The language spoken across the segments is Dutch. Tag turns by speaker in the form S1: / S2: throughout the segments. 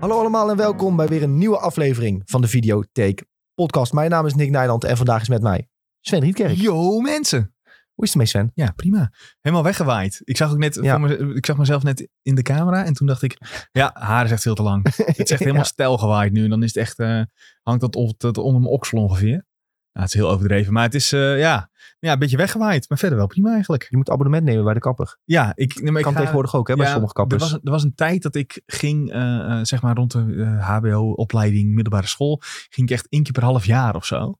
S1: allemaal en welkom bij weer een nieuwe aflevering van de Videotheek Podcast. Mijn naam is Nick Nijland en vandaag is met mij Sven Rietkerk.
S2: Yo mensen.
S1: Hoe is het mee Sven?
S2: Ja, prima. Helemaal weggewaaid. Ik zag, ook net
S1: Ja.
S2: voor mez- ik zag mezelf net in de camera en toen dacht ik, ja, haar is echt veel te lang. Het is echt helemaal stijl gewaaid nu en dan is het echt, eh, hangt dat, op, dat onder mijn oksel ongeveer. Nou, het is heel overdreven, maar het is eh, ja, ja, een beetje weggewaaid, maar verder wel prima eigenlijk.
S1: Je moet abonnement nemen bij de kapper.
S2: Ja, ik, nee, maar ik
S1: kan
S2: ga-
S1: tegenwoordig ook hè, bij
S2: ja,
S1: sommige
S2: Er
S1: kappers.
S2: was, er was een tijd dat ik ging, eh, eh, zeg maar rond de eh, HBO-opleiding, middelbare school, ging ik echt één keer per half jaar of zo.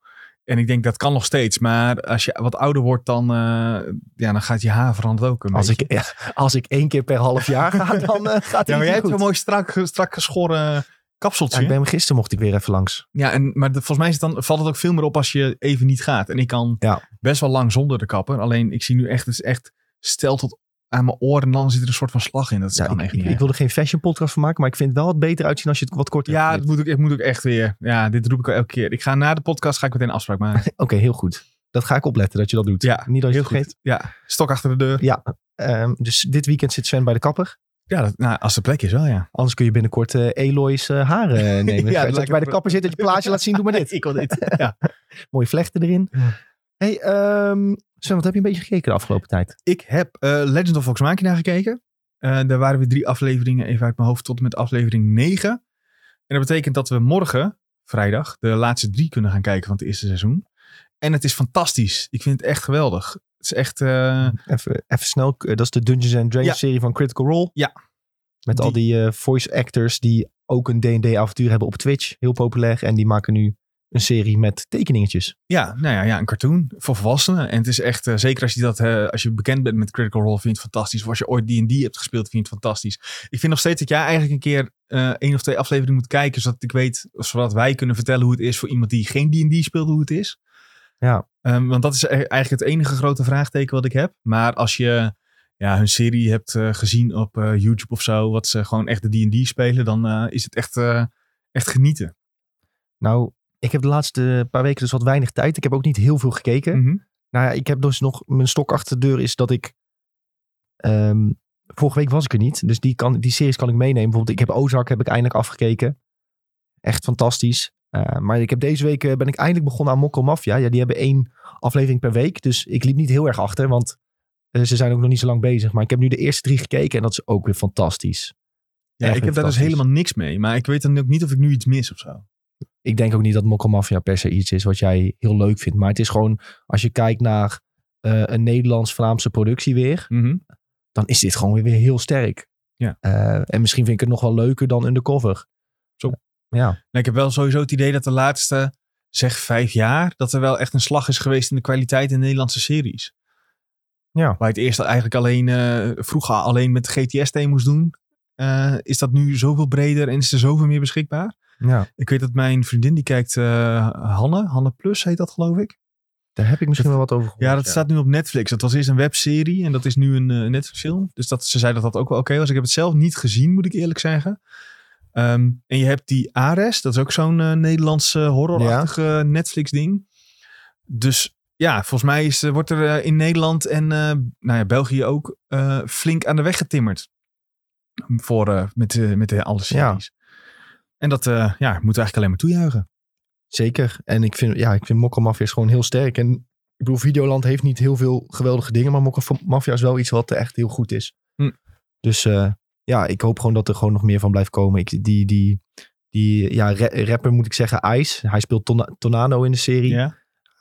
S2: En ik denk dat kan nog steeds, maar als je wat ouder wordt, dan, eh, ja, dan gaat je haar veranderen ook. Een
S1: Als
S2: beetje.
S1: ik, ja, als ik één keer per half jaar ga, dan eh, gaat het
S2: ja, maar jij
S1: niet
S2: hebt
S1: goed.
S2: zo'n mooi strak, strak geschoren eh,
S1: Ja,
S2: kapseltje.
S1: ik
S2: Ja,
S1: ben gisteren mocht ik weer even langs.
S2: en, maar de- volgens mij is het dan, valt het ook veel meer op als je even niet gaat. En ik kan
S1: Ja.
S2: best wel lang zonder de kapper. Alleen ik zie nu echt, het is echt stel tot aan mijn oren en dan zit er een soort van slag in. Dat
S1: Ja,
S2: kan
S1: ik,
S2: echt
S1: ik,
S2: niet.
S1: ik wil er geen fashion podcast van maken, maar ik vind het wel wat beter uitzien als je het wat korter
S2: Ja,
S1: hebt.
S2: het moet, ook, het moet ook echt weer. Ja, dit roep ik al elke keer. Ik ga na de podcast ga ik meteen een afspraak maken.
S1: Oké, heel goed. Dat ga ik opletten dat je dat doet.
S2: Ja,
S1: niet dat je het
S2: heel
S1: vergeet.
S2: Ja, stok achter de deur.
S1: Ja, ehm, dus dit weekend zit Sven bij de kapper.
S2: Ja, dat, nou, als er plek is wel, ja.
S1: Anders kun je binnenkort eh Eloy's eh, haren eh, nemen.
S2: Ja,
S1: ja, dat je
S2: dat lijkt
S1: bij de
S2: me-
S1: kapper zit, dat je plaatje laat zien, doe maar dit.
S2: Ik wil dit. Ja.
S1: Mooie vlechten erin.
S2: Ja.
S1: Hey, ehm, Sven, wat heb je een beetje gekeken de afgelopen tijd?
S2: Ik heb eh, Legend of Vox Machina gekeken. Eh, daar waren we drie afleveringen even uit mijn hoofd tot en met aflevering 9. En dat betekent dat we morgen, vrijdag, de laatste drie kunnen gaan kijken van het eerste seizoen. En het is fantastisch. Ik vind het echt geweldig. Het is echt... eh,
S1: Even, even snel, eh, dat is de Dungeons and Dragons
S2: Ja.
S1: serie van Critical Role.
S2: Ja.
S1: Met al
S2: Die-
S1: die eh, voice actors die ook een D&D-avontuur hebben op Twitch. Heel populair. En die maken nu een serie met tekeningetjes.
S2: Ja, nou ja, ja, een cartoon voor volwassenen. En het is echt, eh, zeker als je, dat, eh, als je bekend bent met Critical Role, vind je het fantastisch. Of als je ooit D&D hebt gespeeld, vind je het fantastisch. Ik vind nog steeds dat jij eigenlijk een keer eh, één of twee afleveringen moet kijken, zodat ik weet, zodat wij kunnen vertellen hoe het is voor iemand die geen D&D speelt, hoe het is.
S1: Ja.
S2: Ehm, want dat is e- eigenlijk het enige grote vraagteken wat ik heb. Maar als je ja, hun serie hebt eh, gezien op eh, YouTube of zo, wat ze gewoon echt de D&D spelen, dan eh, is het echt, eh, echt genieten.
S1: Nou, ik heb de laatste paar weken dus wat weinig tijd. Ik heb ook niet heel veel gekeken.
S2: Mhm.
S1: Nou ja, ik heb dus nog. Mijn stok achter de deur is dat ik. ehm, vorige week was ik er niet. Dus die, kan, die series kan ik meenemen. Bijvoorbeeld, ik heb Ozark heb ik eindelijk afgekeken. Echt fantastisch. Eh, maar ik heb deze week eh, ben ik eindelijk begonnen aan Mokko Mafia. Ja, die hebben één aflevering per week. Dus ik liep niet heel erg achter. Want eh, ze zijn ook nog niet zo lang bezig. Maar ik heb nu de eerste drie gekeken. En dat is ook weer fantastisch.
S2: Ja,
S1: Echt
S2: ik heb daar dus
S1: fantastisch.
S2: helemaal niks mee. Maar ik weet dan ook niet of ik nu iets mis of zo.
S1: ik denk ook niet dat Mokko Mafia per se iets is wat jij heel leuk vindt. Maar het is gewoon, als je kijkt naar eh, een Nederlands-Vlaamse productie weer, dan is dit gewoon weer, weer heel sterk.
S2: Ja.
S1: Eh, en misschien vind ik het nog wel leuker dan Undercover.
S2: Zo.
S1: ja.
S2: Nou, ik heb wel sowieso het idee dat de laatste, zeg vijf jaar, dat er wel echt een slag is geweest in de kwaliteit in Nederlandse series.
S1: Ja.
S2: Waar je het eerst eigenlijk alleen, eh, vroeger alleen met GTS-thee moest doen. eh, is dat nu zoveel breder en is er zoveel meer beschikbaar?
S1: ja,
S2: Ik weet dat mijn vriendin die kijkt, eh, Hanne, Hanne Plus heet dat geloof ik.
S1: daar heb ik misschien wel wat over gehoord.
S2: Ja, dat staat nu op Netflix. Dat was eerst een webserie en dat is nu een eh, Netflix-film. Dus dat, ze zei dat dat ook wel oké was. Ik heb het zelf niet gezien, moet ik eerlijk zeggen. Ehm, en je hebt die Ares, dat is ook zo'n eh, Nederlandse horrorachtige Netflix-ding. Dus ja, volgens mij is, eh, wordt er eh, in Nederland en eh, nou ja, België ook eh, flink aan de weg getimmerd. Voor, eh, met, eh, met de alle series. En dat eh, ja, moeten we eigenlijk alleen maar toejuichen.
S1: Zeker. En ik vind, ja, ik vind Mokko Mafia is gewoon heel sterk. En ik bedoel, Videoland heeft niet heel veel geweldige dingen, maar Mokko Mafia is wel iets wat echt heel goed is.
S2: Hm.
S1: Dus eh, ja, ik hoop gewoon dat er gewoon nog meer van blijft komen. Ik, die, die, die ja, ra- rapper moet ik zeggen, Ice. Hij speelt Tona- Tornado in de serie.
S2: Ja.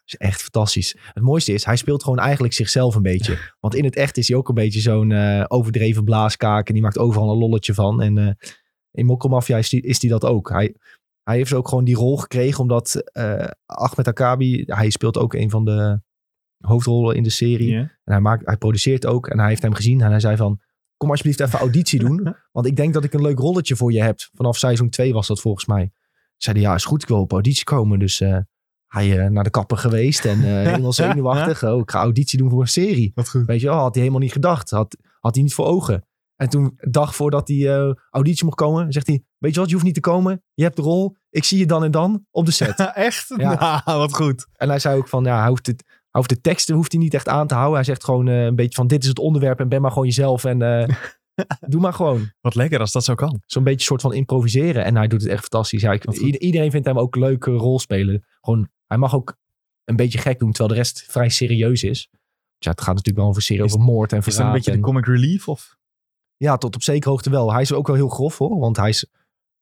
S1: is echt fantastisch. Het mooiste is, hij speelt gewoon eigenlijk zichzelf een beetje. Want in het echt is hij ook een beetje zo'n eh, overdreven blaaskaak. En die maakt overal een lolletje van. En eh, in Mokko Mafia is die, is die dat ook. Hij, hij heeft ook gewoon die rol gekregen omdat eh, Ahmed Akabi... Hij speelt ook een van de hoofdrollen in de serie. En hij, maakt, hij produceert ook. En hij heeft hem gezien. En hij zei van, kom alsjeblieft even auditie doen. want ik denk dat ik een leuk rolletje voor je heb. Vanaf seizoen 2 was dat volgens mij. Zei hij, ja is goed, ik wil op auditie komen. Dus eh, hij eh, naar de kapper geweest. En eh, helemaal zenuwachtig. Oh, ik ga auditie doen voor een serie.
S2: Wat goed.
S1: Weet je wel, had hij helemaal niet gedacht. Had, had hij niet voor ogen. En toen, een dag voordat die eh, auditie mocht komen, zegt hij... Weet je wat, je hoeft niet te komen. Je hebt de rol. Ik zie je dan en dan op de set.
S2: Echt?
S1: Ja.
S2: Nou, wat goed.
S1: En hij zei ook van, ja, hij hoeft, het, hij hoeft de teksten hoeft hij niet echt aan te houden. Hij zegt gewoon eh, een beetje van, dit is het onderwerp en ben maar gewoon jezelf. En eh, Doe maar gewoon.
S2: Wat lekker als dat zo kan.
S1: Zo'n beetje soort van improviseren. En hij doet het echt fantastisch. Ja, ik,
S2: Wat goed.
S1: ieder- iedereen vindt hem ook leuk eh, rolspelen. Gewoon, hij mag ook een beetje gek doen, terwijl de rest vrij serieus is. Dus ja, het gaat natuurlijk wel over, serie,
S2: Is-
S1: over moord en
S2: Is dat
S1: verraad.
S2: een beetje de
S1: en-
S2: comic relief? Of?
S1: Ja, tot op zekere hoogte wel. Hij is ook wel heel grof hoor. Want hij is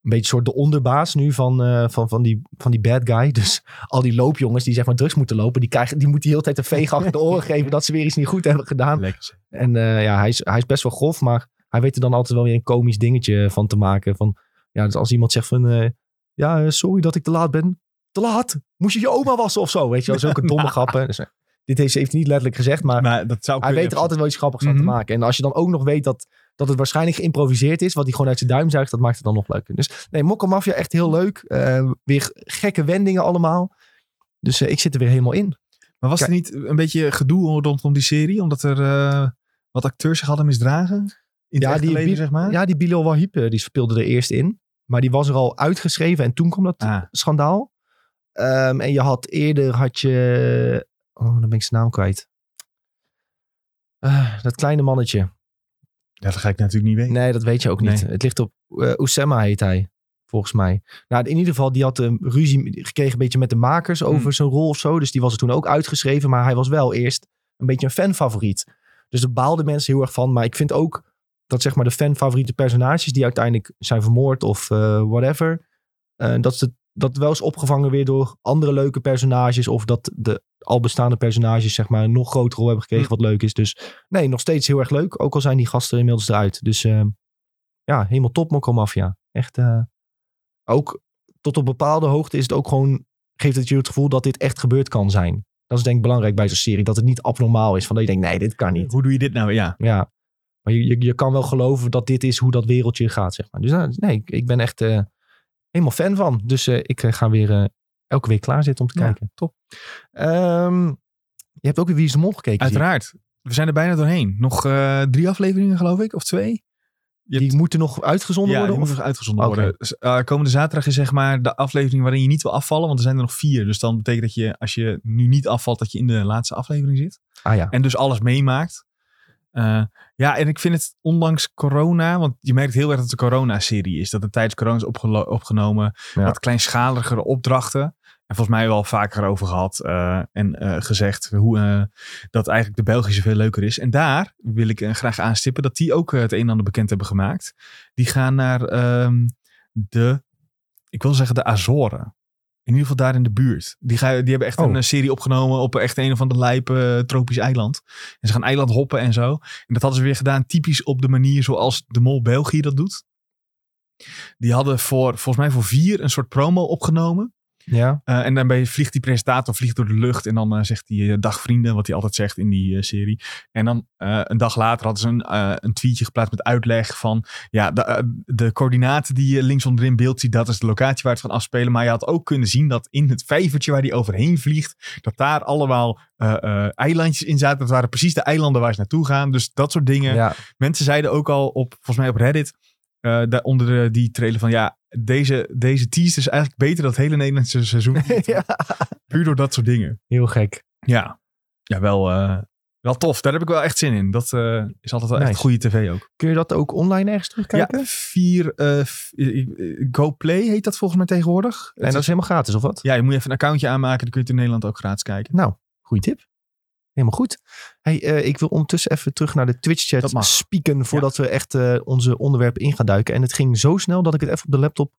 S1: een beetje soort de onderbaas nu van, eh, van, van, die, van die bad guy. Dus al die loopjongens die zeg maar drugs moeten lopen, die, krijgen, die moet die heel tijd een veeg achter de oren geven dat ze weer iets niet goed hebben gedaan.
S2: Lekker.
S1: En eh, ja, hij is, hij is best wel grof, maar hij weet er dan altijd wel weer een komisch dingetje van te maken. Van, ja, dus als iemand zegt van, eh, ja, eh, sorry dat ik te laat ben. Te laat? Moest je je oma wassen of zo? Weet je wel, zulke domme grappen. Dus, eh, dit heeft, heeft hij niet letterlijk gezegd, maar
S2: Ah, Maar dat zou
S1: hij
S2: kunnen.
S1: weet er altijd wel iets grappigs van
S2: Mhm.
S1: te maken. En als je dan ook nog weet dat, dat het waarschijnlijk geïmproviseerd is, wat hij gewoon uit zijn duim zuigt, dat maakt het dan nog leuker. Dus nee, Mokka Mafia echt heel leuk. Eh, weer gekke wendingen allemaal. Dus eh, ik zit er weer helemaal in.
S2: Maar was er niet een beetje gedoe rondom die serie? Omdat er eh, wat acteurs zich hadden misdragen? In het
S1: Ja,
S2: echte
S1: die
S2: leven,
S1: Bi-
S2: zeg maar?
S1: Ja, die Bilal Wahib, eh, die speelde er eerst in. Maar die was er al uitgeschreven en toen kwam dat
S2: Ah,
S1: schandaal. Ehm, en je had eerder, had je... Oh, dan ben ik zijn naam kwijt. Ah, dat kleine mannetje.
S2: dat ga ik natuurlijk niet weten.
S1: Nee, dat weet je ook niet.
S2: Nee.
S1: Het ligt op... eh Oussema heet hij, volgens mij. Nou, in ieder geval, die had een ruzie gekregen een beetje met de makers over
S2: Hmm.
S1: zijn rol of zo. Dus die was er toen ook uitgeschreven. Maar hij was wel eerst een beetje een fanfavoriet. Dus daar baalden mensen heel erg van. Maar ik vind ook dat zeg maar de fanfavoriete personages... die uiteindelijk zijn vermoord of eh, whatever... eh, dat ze dat wel is opgevangen weer door andere leuke personages... of dat de al bestaande personages zeg maar een nog grotere rol hebben
S2: Hmm.
S1: gekregen... wat leuk is. Dus nee, nog steeds heel erg leuk. Ook al zijn die gasten inmiddels eruit. Dus eh, ja, helemaal top Mokko Mafia. Echt eh, ook tot op bepaalde hoogte is het ook gewoon... geeft het je het gevoel dat dit echt gebeurd kan zijn. Dat is denk ik belangrijk bij zo'n serie. Dat het niet abnormaal is. Van dat je denkt, nee, dit kan niet.
S2: Hoe doe je dit nou? Ja.
S1: Ja. Maar je, je, je kan wel geloven dat dit is hoe dat wereldje gaat, zeg maar. Dus nou, nee, ik, ik ben echt eh, helemaal fan van. Dus eh, ik eh, ga weer eh, elke week klaarzitten om te
S2: Ja,
S1: kijken. Top. je hebt ook weer Wie is de Mol gekeken. zie ik.
S2: Uiteraard. We zijn er bijna doorheen. Nog eh, drie afleveringen, geloof ik, of twee? Je
S1: Die moeten nog uitgezonden
S2: ja,
S1: worden?
S2: die
S1: of-
S2: moeten nog uitgezonden
S1: Oké.
S2: worden. Dus, eh, komende zaterdag is zeg maar de aflevering waarin je niet wil afvallen, want er zijn er nog vier. Dus dan betekent dat je, als je nu niet afvalt, dat je in de laatste aflevering zit.
S1: Ah ja.
S2: En dus alles meemaakt. Eh, ja, en ik vind het ondanks corona, want je merkt heel erg dat het een corona-serie is. Dat het tijdens corona is opgelo- opgenomen.
S1: Ja.
S2: Wat kleinschaligere opdrachten. En volgens mij wel vaker over gehad eh, en eh, gezegd hoe eh, dat eigenlijk de Belgische veel leuker is. En daar wil ik eh, graag aanstippen dat die ook eh, het een en ander bekend hebben gemaakt. Die gaan naar ehm, de, ik wil zeggen de Azoren. In ieder geval daar in de buurt. Die, ga, die hebben echt
S1: Oh.
S2: een eh, serie opgenomen op echt een of ander lijpe tropisch eiland. En ze gaan eiland hoppen en zo. En dat hadden ze weer gedaan typisch op de manier zoals de Mol België dat doet. Die hadden voor, volgens mij voor vier een soort promo opgenomen.
S1: ja.
S2: Eh, en daarbij vliegt die presentator vliegt door de lucht. En dan eh, zegt hij eh, dag vrienden, wat hij altijd zegt in die eh, serie. En dan eh, een dag later hadden ze een, eh, een tweetje geplaatst met uitleg van... Ja, de, eh, de coördinaten die je links onderin in beeld ziet, dat is de locatie waar het gaat afspelen. Maar je had ook kunnen zien dat in het vijvertje waar hij overheen vliegt... dat daar allemaal eh, eh, eilandjes in zaten. Dat waren precies de eilanden waar ze naartoe gaan. Dus dat soort dingen
S1: ja.
S2: mensen zeiden ook al op, volgens mij op Reddit, eh, daaronder eh, die trailer van ja, deze, deze teaser is eigenlijk beter dan het hele Nederlandse seizoen.
S1: Ja.
S2: Puur door dat soort dingen.
S1: Heel gek.
S2: Ja, ja wel, eh, wel tof. Daar heb ik wel echt zin in. Dat eh, is altijd wel echt
S1: Nice.
S2: goede tv ook.
S1: Kun je dat ook online ergens terugkijken?
S2: Ja, vier, eh, v- eh, eh, GoPlay heet dat volgens mij tegenwoordig.
S1: En dat is helemaal gratis, of wat?
S2: Ja, je moet even een accountje aanmaken, dan kun je het in Nederland ook gratis kijken.
S1: Nou, goede tip. Helemaal goed. Hey, eh, ik wil ondertussen even terug naar de
S2: Dat
S1: Twitch-chat
S2: mag.
S1: spieken voordat we echt eh, onze onderwerpen in gaan duiken. En het ging zo snel dat ik het even op de laptop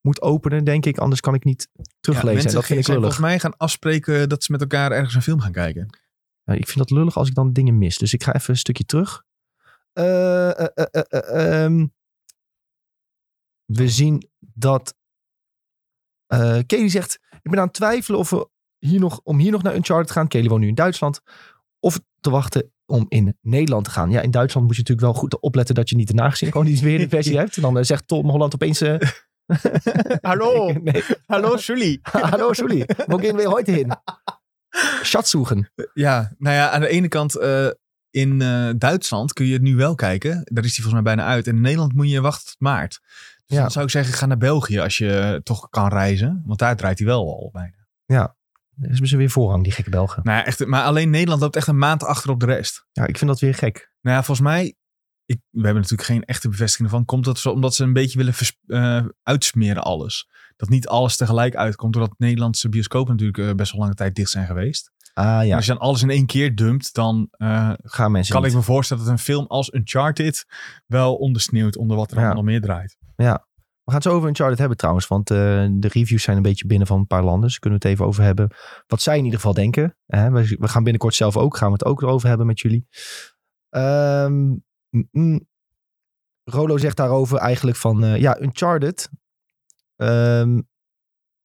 S1: moet openen, denk ik. Anders kan ik niet
S2: Ja,
S1: teruglezen. en
S2: mensen
S1: dat vind ik
S2: zijn
S1: lullig.
S2: volgens mij gaan afspreken dat ze met elkaar ergens een film gaan kijken.
S1: Nou, ik vind dat lullig als ik dan dingen mis. Dus ik ga even een stukje terug. Eh, eh, eh, eh, eh, ehm. we zien dat. eh Kelly zegt: Ik ben aan het twijfelen of we hier nog, om hier nog naar Uncharted te gaan. Kelly woont nu in Duitsland. Of te wachten om in Nederland te gaan. Ja, in Duitsland moet je natuurlijk wel goed opletten dat je niet de nagezien gewoon niet weer de versie hebt. En dan eh, zegt Tom Holland opeens. eh,
S2: Hallo,
S1: nee,
S2: hallo Julie.
S1: hallo, Julie. We gaan weer heute hin. Schatzzoeken.
S2: Ja, nou ja, aan de ene kant eh, in eh, Duitsland kun je het nu wel kijken. Daar is die volgens mij bijna uit. En in Nederland moet je wachten tot maart. Dus
S1: Ja.
S2: dan zou ik zeggen, ga naar België als je eh, toch kan reizen. Want daar draait hij wel al bijna.
S1: Daar hebben ze weer voorrang, die gekke Belgen.
S2: Nou ja, echt, maar alleen Nederland loopt echt een maand achter op de rest.
S1: Ja, ik vind dat weer gek.
S2: Nou ja, volgens mij ik, we hebben natuurlijk geen echte bevestiging ervan. Komt dat zo omdat ze een beetje willen vers- eh, uitsmeren alles? Dat niet alles tegelijk uitkomt, doordat Nederlandse bioscopen natuurlijk eh, best wel lange tijd dicht zijn geweest.
S1: Ah
S2: En
S1: ja,
S2: als je dan alles in één keer dumpt, dan eh,
S1: gaan mensen
S2: kan
S1: niet.
S2: ik me voorstellen dat een film als Uncharted wel ondersneeuwt onder wat er
S1: Ja.
S2: allemaal nog meer draait.
S1: We gaan het zo over Uncharted hebben trouwens, want eh, de reviews zijn een beetje binnen van een paar landen. Dus kunnen we het even over hebben. Wat zij in ieder geval denken. Hè? We, we gaan binnenkort zelf ook, gaan we het ook erover hebben met jullie. Ehm, mm, mm. Rolo zegt daarover eigenlijk van, eh, ja, Uncharted, ehm,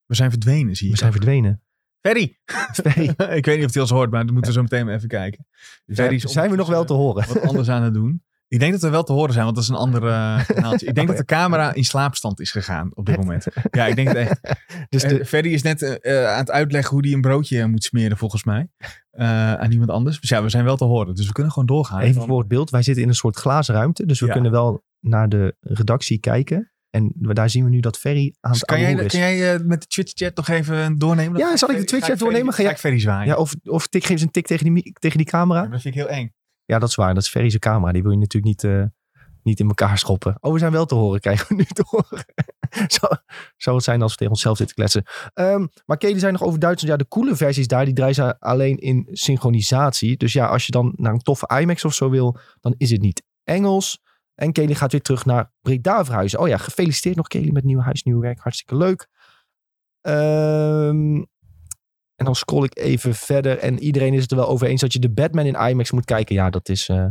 S2: We zijn verdwenen, zie je.
S1: we zijn verdwenen.
S2: Ferry!
S1: Ferry.
S2: ik weet niet of hij ons hoort, maar dat moeten we zo meteen even kijken. Ferry is
S1: zijn we nog wel te horen?
S2: wat anders aan het doen. Ik denk dat we wel te horen zijn, want dat is een ander eh, kanaaltje. Ik denk
S1: Oh,
S2: dat de camera in slaapstand is gegaan op dit moment. Ja, ik denk het echt.
S1: Dus de,
S2: Eh, Ferry is net eh, eh, aan het uitleggen hoe hij een broodje eh, moet smeren, volgens mij. Eh, aan iemand anders. Dus ja, we zijn wel te horen. Dus we kunnen gewoon doorgaan.
S1: Even voor het beeld. Wij zitten in een soort glazen ruimte. Dus we
S2: Ja.
S1: kunnen wel naar de redactie kijken. En we- daar zien we nu dat Ferry aan
S2: Dus
S1: het
S2: kan jij,
S1: ouwehoeren is.
S2: kan jij eh, met de Twitch-chat nog even doornemen? Dan
S1: Ja,
S2: ga ik
S1: zal ik de
S2: Ferry-
S1: Twitch-chat
S2: ga ik Ferry-
S1: doornemen? Ga
S2: Ga
S1: jij-
S2: ik Ferry zwaaien?
S1: Ja, of, of tik, geef ze een tik tegen die, mi- tegen die camera.
S2: Dat vind ik heel eng.
S1: Ja, dat is waar. Dat is Ferry's camera. Die wil je natuurlijk niet, eh, niet in elkaar schoppen. Oh, we zijn wel te horen. Krijgen we nu te horen. zou, zou het zijn als we tegen onszelf zitten kletsen. Ehm, maar Kelly zei nog over Duitsland. Ja, de coole versies daar, die draaien ze alleen in synchronisatie. Dus ja, als je dan naar een toffe IMAX of zo wil, dan is het niet Engels. En Kelly gaat weer terug naar Breda verhuizen. Oh ja, gefeliciteerd nog Kelly met nieuw huis, nieuw werk. Hartstikke leuk. Ehm, en dan scroll ik even verder. En iedereen is het er wel over eens dat je de Batman in IMAX moet kijken. Ja, dat is... eh,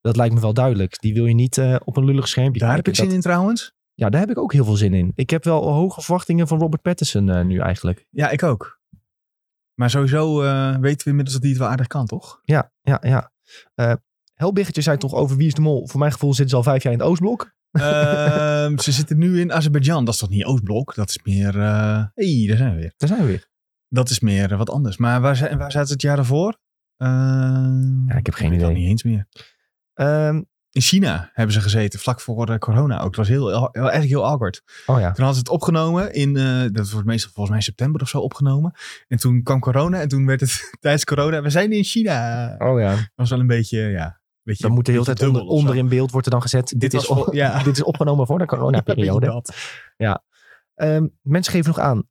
S1: dat lijkt me wel duidelijk. Die wil je niet eh, op een lullig schermpje
S2: Daar heb
S1: kijken.
S2: ik zin
S1: Dat-
S2: in trouwens.
S1: ja, daar heb ik ook heel veel zin in. Ik heb wel hoge verwachtingen van Robert Pattinson eh, nu eigenlijk.
S2: Ja, ik ook. Maar sowieso eh, weten we inmiddels dat die het wel aardig kan, toch?
S1: Ja, ja, ja. Eh Helbiggetje zei toch over Wie is de Mol. Voor mijn gevoel zitten ze al vijf jaar in het Oostblok.
S2: Ehm, ze zitten nu in Azerbeidzjan. Dat is toch niet Oostblok? Dat is meer... eh hey, daar zijn we weer.
S1: Daar zijn we weer.
S2: Dat is meer eh, wat anders. Maar waar, zijn, waar zaten ze het jaar daarvoor? Ehm,
S1: Ja, ik heb geen
S2: weet dat
S1: idee.
S2: niet eens meer.
S1: Ehm,
S2: In China hebben ze gezeten, vlak voor eh, corona ook. Het was heel, heel, eigenlijk heel awkward.
S1: oh ja.
S2: Toen hadden ze het opgenomen in, eh, dat wordt meestal volgens mij september of zo opgenomen. En toen kwam corona en toen werd het tijdens corona, we zijn in China. Dat
S1: Oh ja.
S2: was wel een beetje, ja. Beetje,
S1: Dan moet de hele
S2: beetje
S1: tijd onder,
S2: dubbel of zo.
S1: onder in beeld wordt er dan gezet. Dit,
S2: Dit
S1: is,
S2: was
S1: op-
S2: vol- ja.
S1: dit is opgenomen voor de coronaperiode.
S2: Ja, weet je
S1: Ehm, mensen geven nog aan.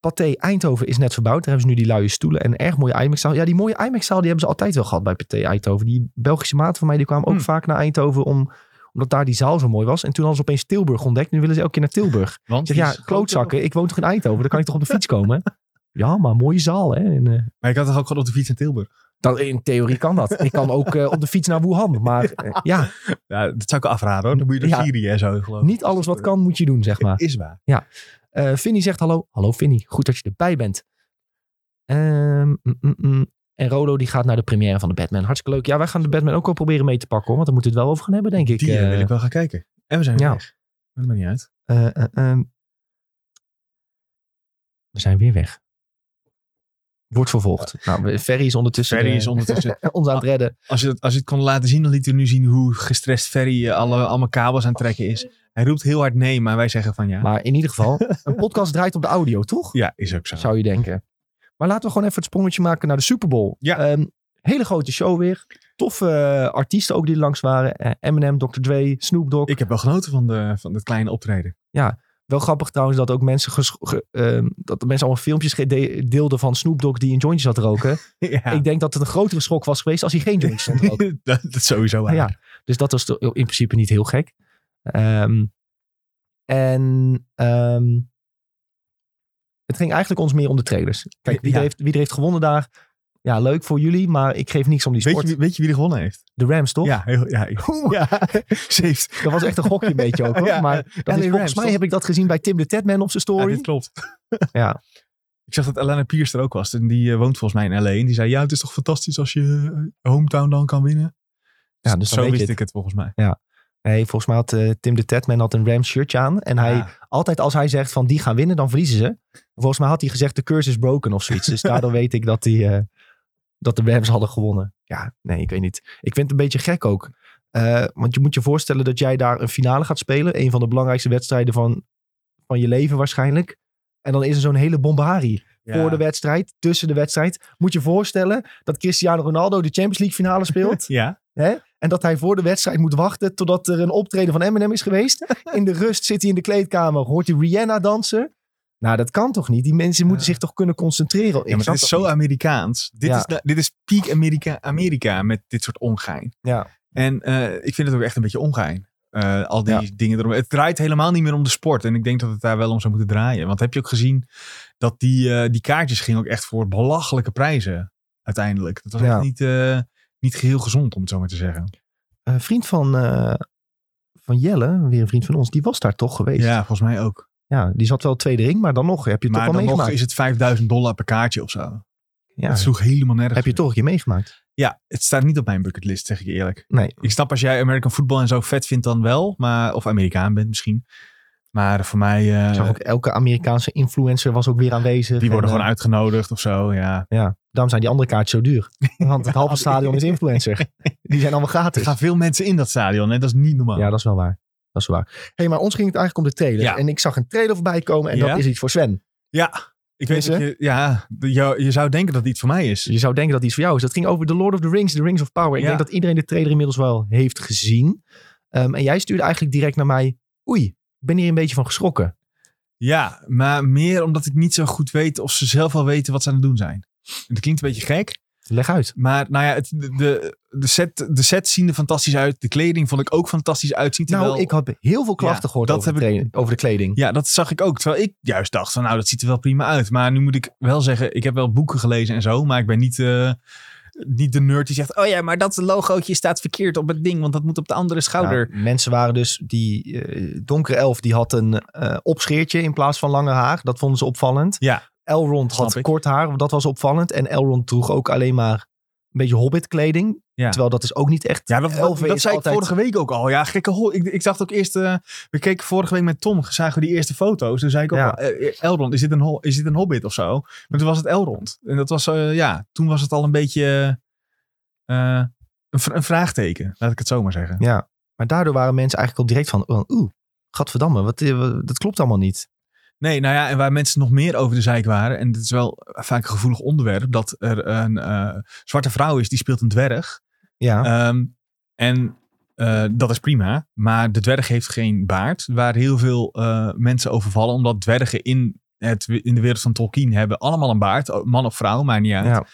S1: Pathé Eindhoven is net verbouwd. Daar hebben ze nu die luie stoelen en een erg mooie IMAX-zaal. Ja, die mooie IMAX-zaal die hebben ze altijd wel gehad bij Pathé Eindhoven. Die Belgische maat van mij die kwamen ook
S2: Hmm.
S1: vaak naar Eindhoven om, omdat daar die zaal zo mooi was. En toen hadden ze opeens Tilburg ontdekt. Nu willen ze elke keer naar Tilburg.
S2: dat. Want
S1: Ik zeg,
S2: die
S1: ja,
S2: is groter
S1: klootzakken. Ik woon toch in Eindhoven? Dan kan ik toch op de fiets komen? Ja, maar mooie zaal, hè? En, eh,
S2: dan- Maar ik had toch ook gewoon op de fiets in Tilburg.
S1: dan, in theorie kan dat. Ik kan ook eh, op de fiets naar Wuhan. Maar eh, ja,
S2: Ja, dat zou ik wel afraden hoor. Dan moet je door
S1: Ja.
S2: Syrië en zo geloof ik.
S1: niet alles wat kan moet je doen, zeg maar.
S2: Is waar.
S1: Eh Vinnie zegt hallo. Hallo Vinnie, goed dat je erbij bent. Ehm, mm, mm, mm. En Rolo die gaat naar de première van de Batman. Hartstikke leuk. Ja, wij gaan de Batman ook wel proberen mee te pakken hoor. Want daar moeten we het wel over gaan hebben, denk ik.
S2: Die eh,
S1: Eh,
S2: wil ik wel gaan kijken. En we zijn weer
S1: ja.
S2: weg. Maar dat maakt niet uit.
S1: eh, eh, ehm. We zijn weer weg. Wordt vervolgd. Nou, Ferry is ondertussen,
S2: Ferry
S1: eh,
S2: is Ah. ondertussen...
S1: ons aan het redden.
S2: als, je dat, als je het kon laten zien, dan liet hij nu zien hoe gestrest Ferry eh, alle, allemaal kabels aan het trekken is. Hij roept heel hard nee, maar wij zeggen van ja.
S1: Maar in ieder geval, een podcast draait op de audio, toch?
S2: ja, is ook zo.
S1: Zou je denken. Maar laten we gewoon even het sprongetje maken naar de Super Bowl.
S2: Ja.
S1: Ehm, hele grote show weer. Toffe eh, artiesten ook die er langs waren. Eh, Eminem, Dr. Dre, Snoop Dogg.
S2: Ik heb wel genoten van, de, van dat kleine optreden.
S1: Wel grappig trouwens dat ook mensen, gesch- ge- ehm, dat de mensen allemaal filmpjes ge- de- deelden van Snoop Dogg die een jointje zat te roken.
S2: ja,
S1: Ik denk dat het een grotere schok was geweest als hij geen jointje zat te roken.
S2: dat, dat is sowieso waar.
S1: Ja, Dus dat was toch in principe niet heel gek. Ehm, en ehm, het ging eigenlijk ons meer om de trailers. Kijk, wie,
S2: Ja.
S1: er heeft, wie er heeft gewonnen daar. Ja, leuk voor jullie, maar ik geef niks om die
S2: weet, je,
S1: sport.
S2: wie- weet je wie er gewonnen heeft?
S1: De Rams, toch?
S2: Ja, heel, ja, ik-
S1: Oeh,
S2: ja. Ze heeft...
S1: Dat was echt een gokje een beetje ook. Hoor.
S2: Ja,
S1: maar
S2: eh,
S1: dat
S2: LA
S1: is, volgens
S2: Rams,
S1: mij
S2: toch?
S1: heb ik dat gezien bij Tim de Tedman op zijn
S2: Ja,
S1: story.
S2: dit klopt.
S1: Ja.
S2: Ik zag dat Alana Pierce er ook was. En die eh, woont volgens mij in L.A. En die zei, ja, het is toch fantastisch als je eh, hometown dan kan winnen.
S1: Ja, dus dan
S2: zo
S1: weet je
S2: wist
S1: het.
S2: ik het volgens mij.
S1: Nee, volgens mij had eh, Tim de Tedman had een Rams shirtje aan. En hij,
S2: Ja.
S1: altijd als hij zegt van die gaan winnen, dan verliezen ze. Volgens mij had hij gezegd de curse is broken of zoiets. Dus daardoor weet ik dat, die, eh, dat de Rams hadden gewonnen. Ja, nee, ik weet niet. Ik vind het een beetje gek ook. Eh, want je moet je voorstellen dat jij daar een finale gaat spelen. Een van de belangrijkste wedstrijden van, van je leven waarschijnlijk. En dan is er zo'n hele bombarie.
S2: Ja.
S1: voor de wedstrijd, tussen de wedstrijd. Moet je voorstellen dat Cristiano Ronaldo de Champions League finale speelt.
S2: Ja,
S1: hè? En dat hij voor de wedstrijd moet wachten totdat er een optreden van Eminem is geweest. In de rust zit hij in de kleedkamer, hoort hij Rihanna dansen. Nou, dat kan toch niet? Die mensen moeten
S2: Ja.
S1: zich toch kunnen concentreren? Ik
S2: Ja, maar
S1: snap
S2: dit is
S1: dat
S2: zo
S1: niet.
S2: Amerikaans. Dit,
S1: Ja.
S2: is, da- dit is peak Amerika, Amerika met dit soort ongein.
S1: Ja.
S2: En eh, ik vind het ook echt een beetje ongein. Eh, al die
S1: Ja.
S2: dingen erom. Het draait helemaal niet meer om de sport. En ik denk dat het daar wel om zou moeten draaien. Want heb je ook gezien dat die, eh, die kaartjes gingen ook echt voor belachelijke prijzen uiteindelijk. Dat was
S1: Ja.
S2: echt niet, eh, niet geheel gezond, om het zo maar te zeggen.
S1: Een vriend van, eh, van Jelle, weer een vriend van ons, die was daar toch geweest. Ja,
S2: Ja, volgens mij ook.
S1: die zat wel tweede ring, maar dan nog heb je het
S2: maar
S1: toch wel
S2: dan nog
S1: meegemaakt.
S2: is het 5000 dollar per kaartje of zo.
S1: Ja,
S2: Dat sloeg helemaal nergens.
S1: heb je het
S2: op.
S1: toch een keer meegemaakt?
S2: Ja, het staat niet op mijn bucketlist, zeg ik je eerlijk.
S1: Nee.
S2: Ik snap als jij American voetbal en zo vet vindt dan wel, maar, of Amerikaan bent misschien. Maar voor mij, eh,
S1: Ik zag ook elke Amerikaanse influencer was ook weer aanwezig.
S2: die worden
S1: En,
S2: gewoon
S1: eh,
S2: uitgenodigd of zo, ja.
S1: Ja, daarom zijn die andere kaartjes zo duur. Want het halve stadion is influencer. Die zijn allemaal
S2: Er
S1: gratis.
S2: gaan veel mensen in dat stadion en dat is niet normaal.
S1: Ja, dat is wel waar. Dat is waar. hey, maar ons ging het eigenlijk om de trailer.
S2: Ja.
S1: En ik zag een trailer voorbij komen en
S2: Ja?
S1: dat is iets voor Sven.
S2: ik weet dat je, ja, je, je zou denken dat het iets voor mij is.
S1: Je zou denken dat het iets voor jou is. Dat ging over The Lord of the Rings, The Rings of Power. Ik
S2: Ja.
S1: denk dat iedereen de trailer inmiddels wel heeft gezien. Ehm, en jij stuurde eigenlijk direct naar mij. Oei, ik ben hier een beetje van geschrokken.
S2: Ja, maar meer omdat ik niet zo goed weet of ze zelf al weten wat ze aan het doen zijn. Het klinkt een beetje gek,
S1: Leg uit.
S2: maar nou ja, het, de, de, de, set, de sets zien er fantastisch uit. De kleding vond ik ook fantastisch uitzien. Terwijl,
S1: Nou, ik had heel veel klachten
S2: Ja,
S1: gehoord
S2: dat
S1: over, de
S2: heb ik-
S1: training- over de kleding.
S2: Ja, dat zag ik ook. Terwijl ik juist dacht van nou, dat ziet er wel prima uit. Maar nu moet ik wel zeggen, ik heb wel boeken gelezen en zo. Maar ik ben niet, eh, niet de nerd die zegt, oh ja, maar dat logootje staat verkeerd op het ding. Want dat moet op de andere schouder.
S1: Nou, mensen waren dus, die eh, donkere elf die had een eh, opscheertje in plaats van lange haar. Dat vonden ze opvallend.
S2: Ja.
S1: Elrond
S2: Snap
S1: had
S2: ik.
S1: kort haar, dat was opvallend. En Elrond droeg ook alleen maar een beetje hobbitkleding.
S2: Ja.
S1: Terwijl dat is ook niet echt...
S2: Ja, dat, dat,
S1: Elfen
S2: Eh, dat
S1: is
S2: zei
S1: altijd-
S2: ik vorige week ook al. Ja, gekke hol. Ik, ik dacht ook eerst, eh, we keken vorige week met Tom, zagen we die eerste foto's. Toen zei ik ook,
S1: Ja.
S2: al, eh, Elrond, is dit, een, hol- is dit een hobbit of zo? Maar toen was het Elrond. En dat was, eh, ja, toen was het al een beetje eh, eh, een, vra- een vraagteken. Laat ik het zo maar zeggen.
S1: Ja. Maar daardoor waren mensen eigenlijk al direct van, oh, oeh, gadverdamme, wat, eh, wat- dat klopt allemaal niet.
S2: Nee, nou ja, en waar mensen nog meer over de zeik waren, en dit is wel vaak een gevoelig onderwerp, dat er een eh, zwarte vrouw is die speelt een dwerg.
S1: Ja,
S2: Ehm, en eh, dat is prima, maar de dwerg heeft geen baard, waar heel veel eh, mensen over vallen, omdat dwergen in, het, in de wereld van Tolkien hebben allemaal een baard, man of vrouw, maar niet uit.
S1: ja.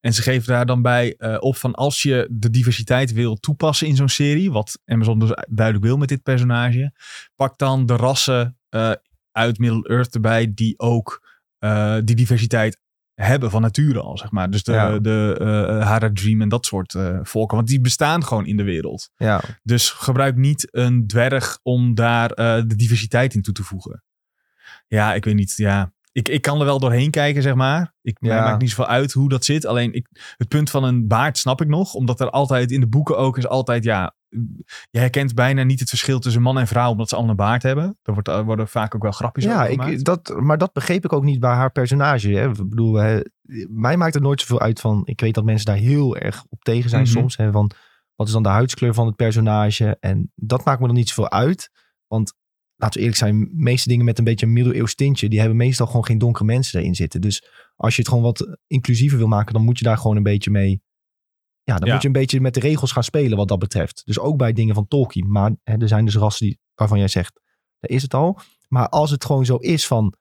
S2: En ze geven daar dan bij eh, op van als je de diversiteit wil toepassen in zo'n serie, wat Amazon dus duidelijk wil met dit personage, pak dan de rassen eh, uit Middle-earth erbij die ook eh, die diversiteit hebben van nature al, zeg maar. Dus de,
S1: Ja.
S2: de eh, Hara Dream en dat soort eh, volken, want die bestaan gewoon in de wereld.
S1: ja.
S2: Dus gebruik niet een dwerg om daar eh, de diversiteit in toe te voegen. Ja, ik weet niet. Ja. Ik, ik kan er wel doorheen kijken, zeg maar. Ik, mij
S1: Ja.
S2: maakt niet zoveel uit hoe dat zit. Alleen ik, het punt van een baard snap ik nog. Omdat er altijd in de boeken ook is altijd, ja... Je herkent bijna niet het verschil tussen man en vrouw... omdat ze allemaal een baard hebben. Daar wordt, daar worden vaak ook wel grapjes
S1: Ja,
S2: over gemaakt.
S1: ik, dat, maar dat begreep ik ook niet bij haar personage. Hè. Ik bedoel, hè, mij maakt het nooit zoveel uit van... Ik weet dat mensen daar heel erg op tegen zijn
S2: Mhm.
S1: soms. Hè, van, wat is dan de huidskleur van het personage? En dat maakt me dan niet zoveel uit. Want laten we eerlijk zijn, de meeste dingen met een beetje een middeleeuws tintje... die hebben meestal gewoon geen donkere mensen erin zitten. Dus als je het gewoon wat inclusiever wil maken... dan moet je daar gewoon een beetje mee... Ja, dan
S2: Ja.
S1: moet je een beetje met de regels gaan spelen wat dat betreft. Dus ook bij dingen van Tolkien. Maar hè, er zijn dus rassen die, waarvan jij zegt, daar is het al. Maar als het gewoon zo is van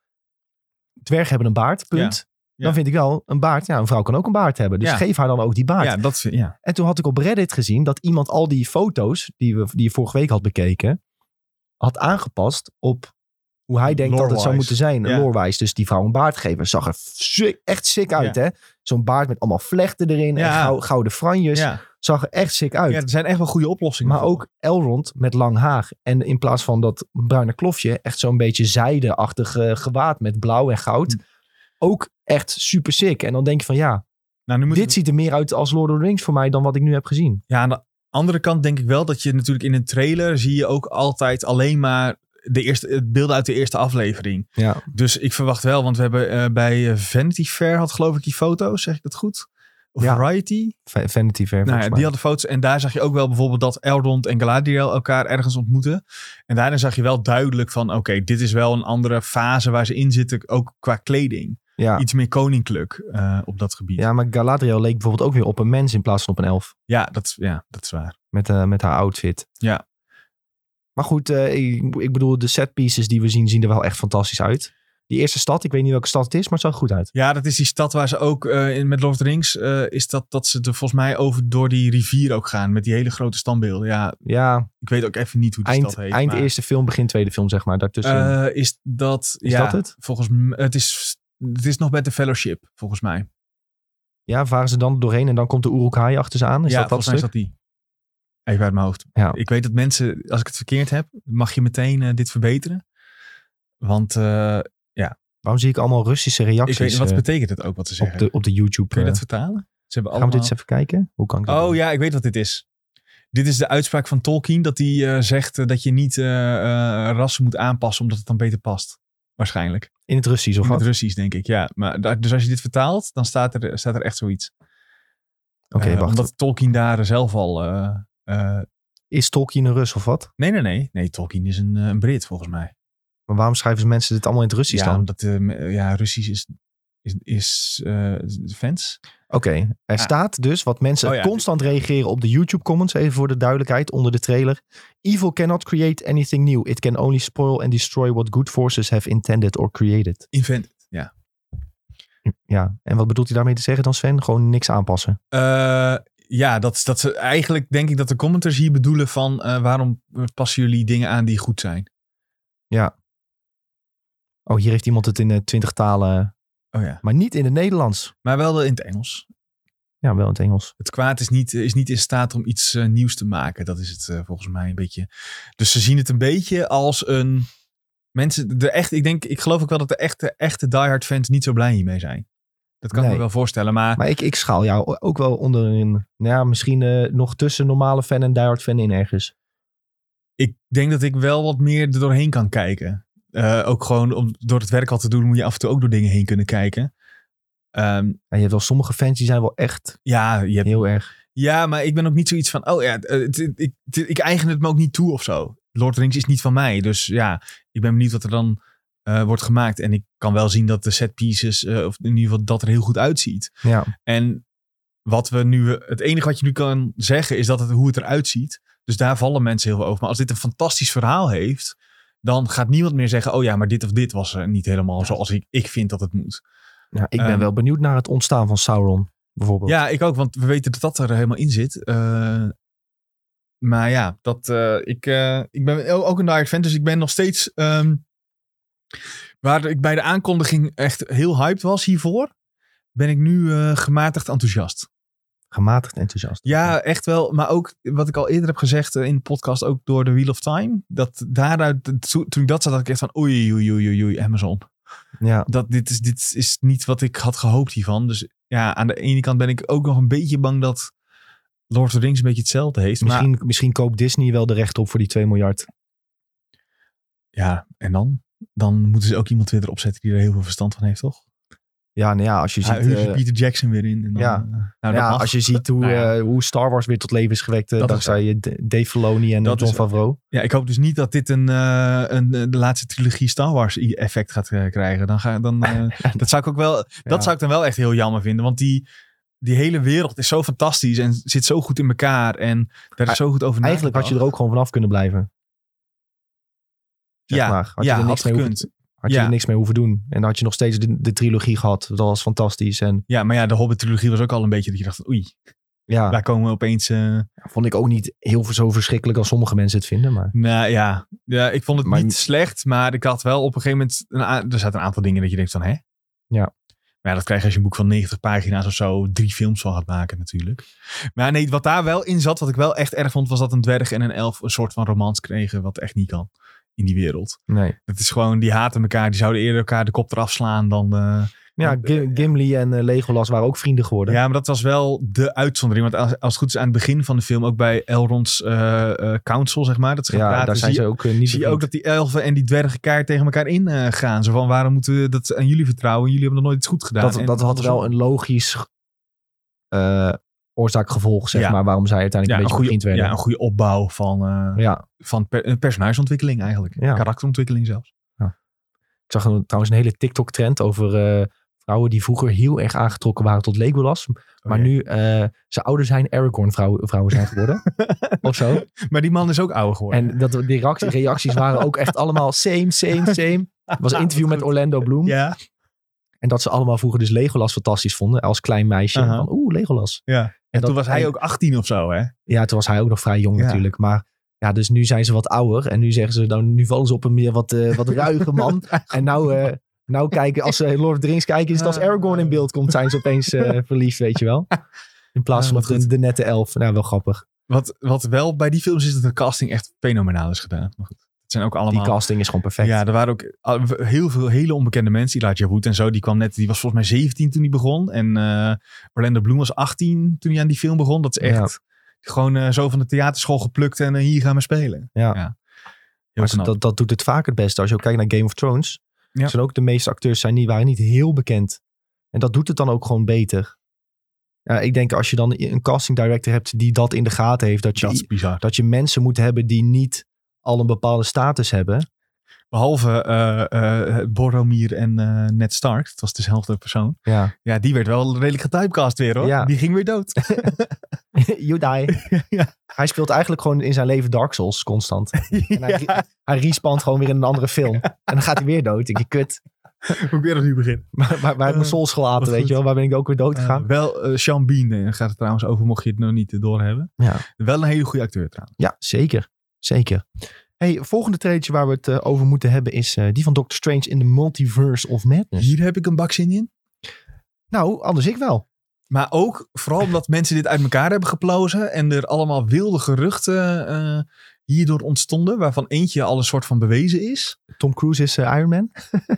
S1: dwergen hebben een baard, punt.
S2: ja.
S1: Dan vind ik wel, een baard, ja, een vrouw kan ook een baard hebben. Dus
S2: Ja.
S1: geef haar dan ook die baard.
S2: ja, dat, ja.
S1: En toen had ik op Reddit gezien dat iemand al die foto's die, we, die je vorige week had bekeken, had aangepast op hoe hij denkt dat het zou
S2: Lore-wise.
S1: moeten zijn.
S2: Ja.
S1: Lorewijs, dus die vrouw een baard geven. Zag er sick- echt sick uit, hè? Zo'n baard met allemaal vlechten erin en
S2: Ja.
S1: gou- gouden franjes.
S2: Ja.
S1: Zag er echt sick
S2: ja,
S1: dus uit.
S2: er zijn echt wel goede oplossingen.
S1: Maar
S2: voor.
S1: ook Elrond met lang haar. En in plaats van dat bruine klofje, echt zo'n beetje zijdeachtig eh, gewaad met blauw en goud. Ook echt super sick. En dan denk Hmm. je van ja,
S2: nou, nu moet
S1: dit ziet er meer uit als Lord of the Rings voor mij dan wat ik nu heb gezien.
S2: Ja, aan de andere kant denk ik wel dat je natuurlijk in een trailer zie je ook altijd alleen maar de eerste, het beelden uit de eerste aflevering.
S1: Ja.
S2: Dus ik verwacht wel, want we hebben eh, bij eh, Vanity Fair had geloof ik die foto's, zeg ik dat goed? Of
S1: Ja.
S2: Variety?
S1: Va- Vanity Fair.
S2: Nou ja,
S1: volgens mij.
S2: die hadden foto's en daar zag je ook wel bijvoorbeeld dat Elrond en Galadriel elkaar ergens ontmoeten. En daarin zag je wel duidelijk van, oké, dit is wel een andere fase waar ze in zitten, ook qua kleding.
S1: Ja.
S2: iets meer koninklijk eh, op dat gebied. Ja,
S1: ja, maar Galadriel leek bijvoorbeeld ook weer op een mens in plaats van op een elf.
S2: dat, is- ja dat is waar.
S1: Met, eh, met haar outfit.
S2: Ja.
S1: Maar goed, eh, ik, ik bedoel, de set pieces die we zien, zien er wel echt fantastisch uit. Die eerste stad, ik weet niet welke stad het is, maar het zag er goed uit.
S2: Ja, dat is die stad waar ze ook eh, in, met Lord of the Rings, eh, is dat, dat ze er volgens mij over door die rivier ook gaan. Met die hele grote standbeelden. Ja,
S1: Ja,
S2: ik weet ook even niet hoe die
S1: eind,
S2: stad Dus heet.
S1: eind
S2: maar,
S1: eerste film, begin tweede film, zeg maar. Daartussen.
S2: eh, is dat,
S1: Is
S2: ja,
S1: dat het?
S2: Volgens m- het is, het is nog bij de Fellowship, volgens mij.
S1: ja, varen ze dan doorheen en dan komt de Uruk-hai achter ze aan? Is
S2: ja,
S1: dat dat
S2: volgens mij
S1: stuk?
S2: is dat die. Even uit mijn hoofd.
S1: Ja.
S2: Ik weet dat mensen, als ik het verkeerd heb, mag je meteen eh, dit verbeteren. Want eh,
S1: Waarom zie ik allemaal Russische
S2: ik
S1: reacties
S2: weet, wat
S1: eh,
S2: betekent het ook wat ze
S1: op,
S2: zeggen?
S1: de, op de YouTube?
S2: Kun je
S1: eh,
S2: dat vertalen? Ze hebben
S1: Gaan we
S2: allemaal...
S1: dit eens even kijken? Hoe kan ik dat
S2: Oh
S1: doen?
S2: ja, ik weet wat dit is. Dit is de uitspraak van Tolkien dat hij eh, zegt eh, dat je niet eh, eh, rassen moet aanpassen omdat het dan beter past. Waarschijnlijk.
S1: In het Russisch of
S2: In het
S1: wat?
S2: Russisch denk ik, ja. Maar, da- dus als je dit vertaalt, dan staat er, staat er echt zoiets.
S1: Oké,
S2: Eh,
S1: wacht.
S2: Omdat Tolkien daar zelf al... eh, eh,
S1: Is Tolkien een Rus of wat?
S2: nee, nee, nee. Nee, Tolkien is een, eh, een Brit volgens mij.
S1: Maar waarom schrijven mensen dit allemaal in het Russisch
S2: ja,
S1: dan?
S2: omdat eh, m- ja, Russisch is, is, is eh, fans.
S1: Oké, er
S2: Ja.
S1: staat dus wat mensen
S2: Ah. Oh ja.
S1: constant reageren op de YouTube comments, even voor de duidelijkheid, onder de trailer. Evil cannot create anything new. It can only spoil and destroy what good forces have intended or created.
S2: Invent.
S1: Ja, en wat bedoelt hij daarmee te zeggen dan Sven? Gewoon niks aanpassen.
S2: Eh, ja, dat, dat ze eigenlijk denk ik dat de commenters hier bedoelen van eh, waarom passen jullie dingen aan die goed zijn.
S1: Oh, hier heeft iemand het in twintig talen, eh,
S2: Oh ja.
S1: maar niet in het Nederlands.
S2: Maar wel in het Engels.
S1: Ja, wel in het Engels.
S2: Het kwaad is niet, is niet in staat om iets eh, nieuws te maken. Dat is het eh, volgens mij een beetje. Dus ze zien het een beetje als een. Mensen, de echt, ik, denk, ik geloof ook wel dat de echte, echte diehard fans niet zo blij hiermee zijn. Dat kan ik
S1: Nee.
S2: me wel voorstellen. Maar,
S1: Maar ik, ik schaal jou ook wel onder een, nou ja, misschien eh, nog tussen normale fan en diehard fan in ergens.
S2: ik denk dat ik wel wat meer er doorheen kan kijken. Eh, ook gewoon om, door het werk al te doen, moet je af en toe ook door dingen heen kunnen kijken. Ehm,
S1: En je hebt wel sommige fans die zijn wel echt
S2: ja, je hebt
S1: heel erg.
S2: Ja, maar ik ben ook niet zoiets van, oh ja, eh, het- het- ik, het- ik eigen het me ook niet toe of zo. Lord of the Rings is niet van mij, dus ja, ik ben benieuwd wat er dan eh, wordt gemaakt. En ik kan wel zien dat de set pieces, eh, of in ieder geval dat er heel goed uitziet.
S1: Ja.
S2: En wat we nu, het enige wat je nu kan zeggen is dat het, hoe het eruit ziet. Dus daar vallen mensen heel veel over. Maar als dit een fantastisch verhaal heeft, dan gaat niemand meer zeggen, oh ja, maar dit of dit was eh, niet helemaal zoals ik, ik vind dat het moet.
S1: Nou, ik ben
S2: Ehm,
S1: wel benieuwd naar het ontstaan van Sauron, bijvoorbeeld.
S2: Ja, ik ook, want we weten dat dat er helemaal in zit. Eh, maar ja, dat, eh, ik, eh, ik ben o- ook een diehard fan, dus ik ben nog steeds... ehm, waar ik bij de aankondiging echt heel hyped was hiervoor, ben ik nu eh, gematigd enthousiast.
S1: Gematigd enthousiast.
S2: Ja, echt wel. Maar ook wat ik al eerder heb gezegd eh, in de podcast, ook door de Wheel of Time. Dat daaruit, to- toen ik dat zat, had ik echt van oei, oei, oei, oei, oei, Amazon
S1: ja.
S2: dat dit is, dit is niet wat ik had gehoopt hiervan. Dus ja, aan de ene kant ben ik ook nog een beetje bang dat Lord of the Rings een beetje hetzelfde heeft. Maar
S1: Misschien, misschien koopt Disney wel de rechten op voor die 2 miljard.
S2: ja, en dan? Dan moeten ze ook iemand weer erop zetten die er heel veel verstand van heeft, toch?
S1: Ja, nou ja, als je
S2: Hij
S1: ziet,
S2: huurt
S1: eh,
S2: Peter Jackson weer in. En dan,
S1: ja.
S2: eh, nou, dat
S1: ja,
S2: mag.
S1: als je ziet hoe,
S2: Nou ja.
S1: eh, hoe Star Wars weer tot leven is gewekt, eh,
S2: Dat is
S1: dankzij eh, D- Dave Filoni en
S2: Dat
S1: John
S2: is waar.
S1: Favreau.
S2: ja, ik hoop dus niet dat dit een, eh, een, eh, de laatste trilogie Star Wars i- effect gaat eh, krijgen. Dan ga, dan, eh, dat zou ik ook wel, dat zou ik dan wel echt heel jammer vinden. Want die, die hele wereld is zo fantastisch en zit zo goed in elkaar. En daar is zo goed over
S1: Eigenlijk had je er
S2: nagedacht.
S1: ook gewoon vanaf kunnen blijven. Zeg
S2: Ja,
S1: maar. Had
S2: ja,
S1: je er niks
S2: had
S1: mee
S2: gekund.
S1: hoeven, had je
S2: Ja.
S1: er niks mee hoeven doen. En dan had je nog steeds de, de trilogie gehad. Dat was fantastisch. En
S2: Ja, maar ja, de Hobbit-trilogie was ook al een beetje dat je dacht, oei,
S1: ja,
S2: daar komen we opeens... eh,
S1: vond ik ook niet heel zo verschrikkelijk als sommige mensen het vinden. Maar
S2: nou ja. ja, ik vond het
S1: Maar-
S2: niet slecht, maar ik had wel op een gegeven moment... Een a- er zaten een aantal dingen dat je denkt van, hè?
S1: Ja.
S2: Maar ja, dat krijg je als je een boek van 90 pagina's of zo drie films van gaat maken natuurlijk. Maar nee, wat daar wel in zat, wat ik wel echt erg vond, was dat een dwerg en een elf een soort van romans kregen, wat echt niet kan in die wereld.
S1: nee.
S2: Het is gewoon, die haten elkaar, die zouden eerder elkaar de kop eraf slaan dan... eh,
S1: Ja, Gim- Gimli en eh, Legolas waren ook vrienden geworden.
S2: Ja, maar dat was wel de uitzondering. Want als, als het goed is aan het begin van de film, ook bij Elrond's eh, eh, council, zeg maar. Dat ze gaan
S1: Ja,
S2: praten,
S1: daar zijn
S2: zie,
S1: ze ook eh, niet
S2: zie je
S1: bevriend.
S2: ook dat die elfen en die dwergen keihard tegen elkaar in eh, gaan. Zo van, waarom moeten we dat aan jullie vertrouwen? Jullie hebben nog nooit iets goed gedaan.
S1: dat,
S2: En
S1: dat had
S2: andersom.
S1: wel een logisch eh oorzaak-gevolg, zeg
S2: Ja.
S1: maar, waarom zij
S2: ja,
S1: uiteindelijk
S2: een
S1: een beetje
S2: goede,
S1: bevriend werden.
S2: ja, een goede opbouw van, eh,
S1: Ja.
S2: van per- eh, personageontwikkeling eigenlijk.
S1: Ja.
S2: Karakterontwikkeling zelfs.
S1: ik zag een- trouwens een hele TikTok-trend over eh, Vrouwen die vroeger heel erg aangetrokken waren tot Legolas. Maar
S2: Oh, jee.
S1: nu eh, ze ouder zijn, Aragorn vrouwen, vrouwen zijn geworden. of zo.
S2: Maar die man is ook ouder geworden.
S1: En dat, die reacties, reacties waren ook echt allemaal same, same, same. Het was een interview met Orlando Bloom.
S2: ja,
S1: En dat ze allemaal vroeger dus Legolas fantastisch vonden. Als klein meisje.
S2: Aha.
S1: Van, Oeh, Legolas.
S2: ja. En,
S1: En
S2: toen
S1: dat-
S2: was hij
S1: en-
S2: ook 18 of zo, hè?
S1: Ja, toen was hij ook nog vrij jong
S2: Ja.
S1: natuurlijk. Maar ja, dus nu zijn ze wat ouder. En nu zeggen ze, nou, nu vallen ze op een meer wat, eh, wat ruige man. en nou, eh, nou kijken, als ze Lord of the Rings kijken, is het als Aragorn in beeld komt, zijn ze opeens eh, verliefd, weet je wel. In plaats
S2: Ja,
S1: van
S2: wat
S1: op de,
S2: goed.
S1: de nette elf. Nou, wel grappig.
S2: Wat, wat wel bij die films is dat de casting echt fenomenaal is gedaan. Maar goed, het zijn ook allemaal...
S1: Die casting is gewoon perfect.
S2: Ja, er waren ook al- heel veel hele onbekende mensen. Elijah Wood en zo, die kwam net, die was volgens mij 17 toen hij begon. En eh, Orlando Bloom was 18 toen hij aan die film begon. Dat is echt gewoon eh, zo van de theaterschool geplukt en eh, hier gaan we spelen.
S1: Ja.
S2: Heel
S1: Maar
S2: knap.
S1: dat, dat doet het vaak het beste. Als je ook kijkt naar Game of Thrones,
S2: Ja.
S1: zijn ook de meeste acteurs zijn niet, waren niet heel bekend. En dat doet het dan ook gewoon beter. Ja, ik denk als je dan een casting director hebt die dat in de gaten heeft, dat je,
S2: dat is bizar.
S1: dat je mensen moet hebben die niet al een bepaalde status hebben.
S2: Behalve eh, eh, Boromir en eh, Ned Stark, dat was dezelfde persoon.
S1: Ja.
S2: Ja, die werd wel redelijk getypecast weer hoor.
S1: Ja.
S2: Die ging weer dood.
S1: you die.
S2: Ja.
S1: Hij speelt eigenlijk gewoon in zijn leven Dark Souls constant. En hij,
S2: ja,
S1: hij respawnt gewoon weer in een andere film. En dan gaat hij weer dood. Ik denk, kut.
S2: moet ik weer opnieuw beginnen.
S1: Waar, waar, waar heb ik mijn
S2: Eh,
S1: souls gelaten,
S2: wat
S1: weet
S2: goed.
S1: je wel? Waar ben ik ook weer dood gegaan?
S2: Eh, wel, eh, Sean Bean eh, gaat het trouwens over, mocht je het nog niet eh, doorhebben.
S1: Ja.
S2: Wel een hele goede acteur trouwens.
S1: Ja, zeker. Zeker. Hey, volgende trailertje waar we het eh, over moeten hebben is eh, die van Doctor Strange in the Multiverse of Madness.
S2: Hier heb ik een bak zin in.
S1: Nou, anders ik wel.
S2: Maar ook vooral omdat mensen dit uit elkaar hebben geplozen. En er allemaal wilde geruchten eh, hierdoor ontstonden. Waarvan eentje al een soort van bewezen is.
S1: Tom Cruise is eh, Iron Man.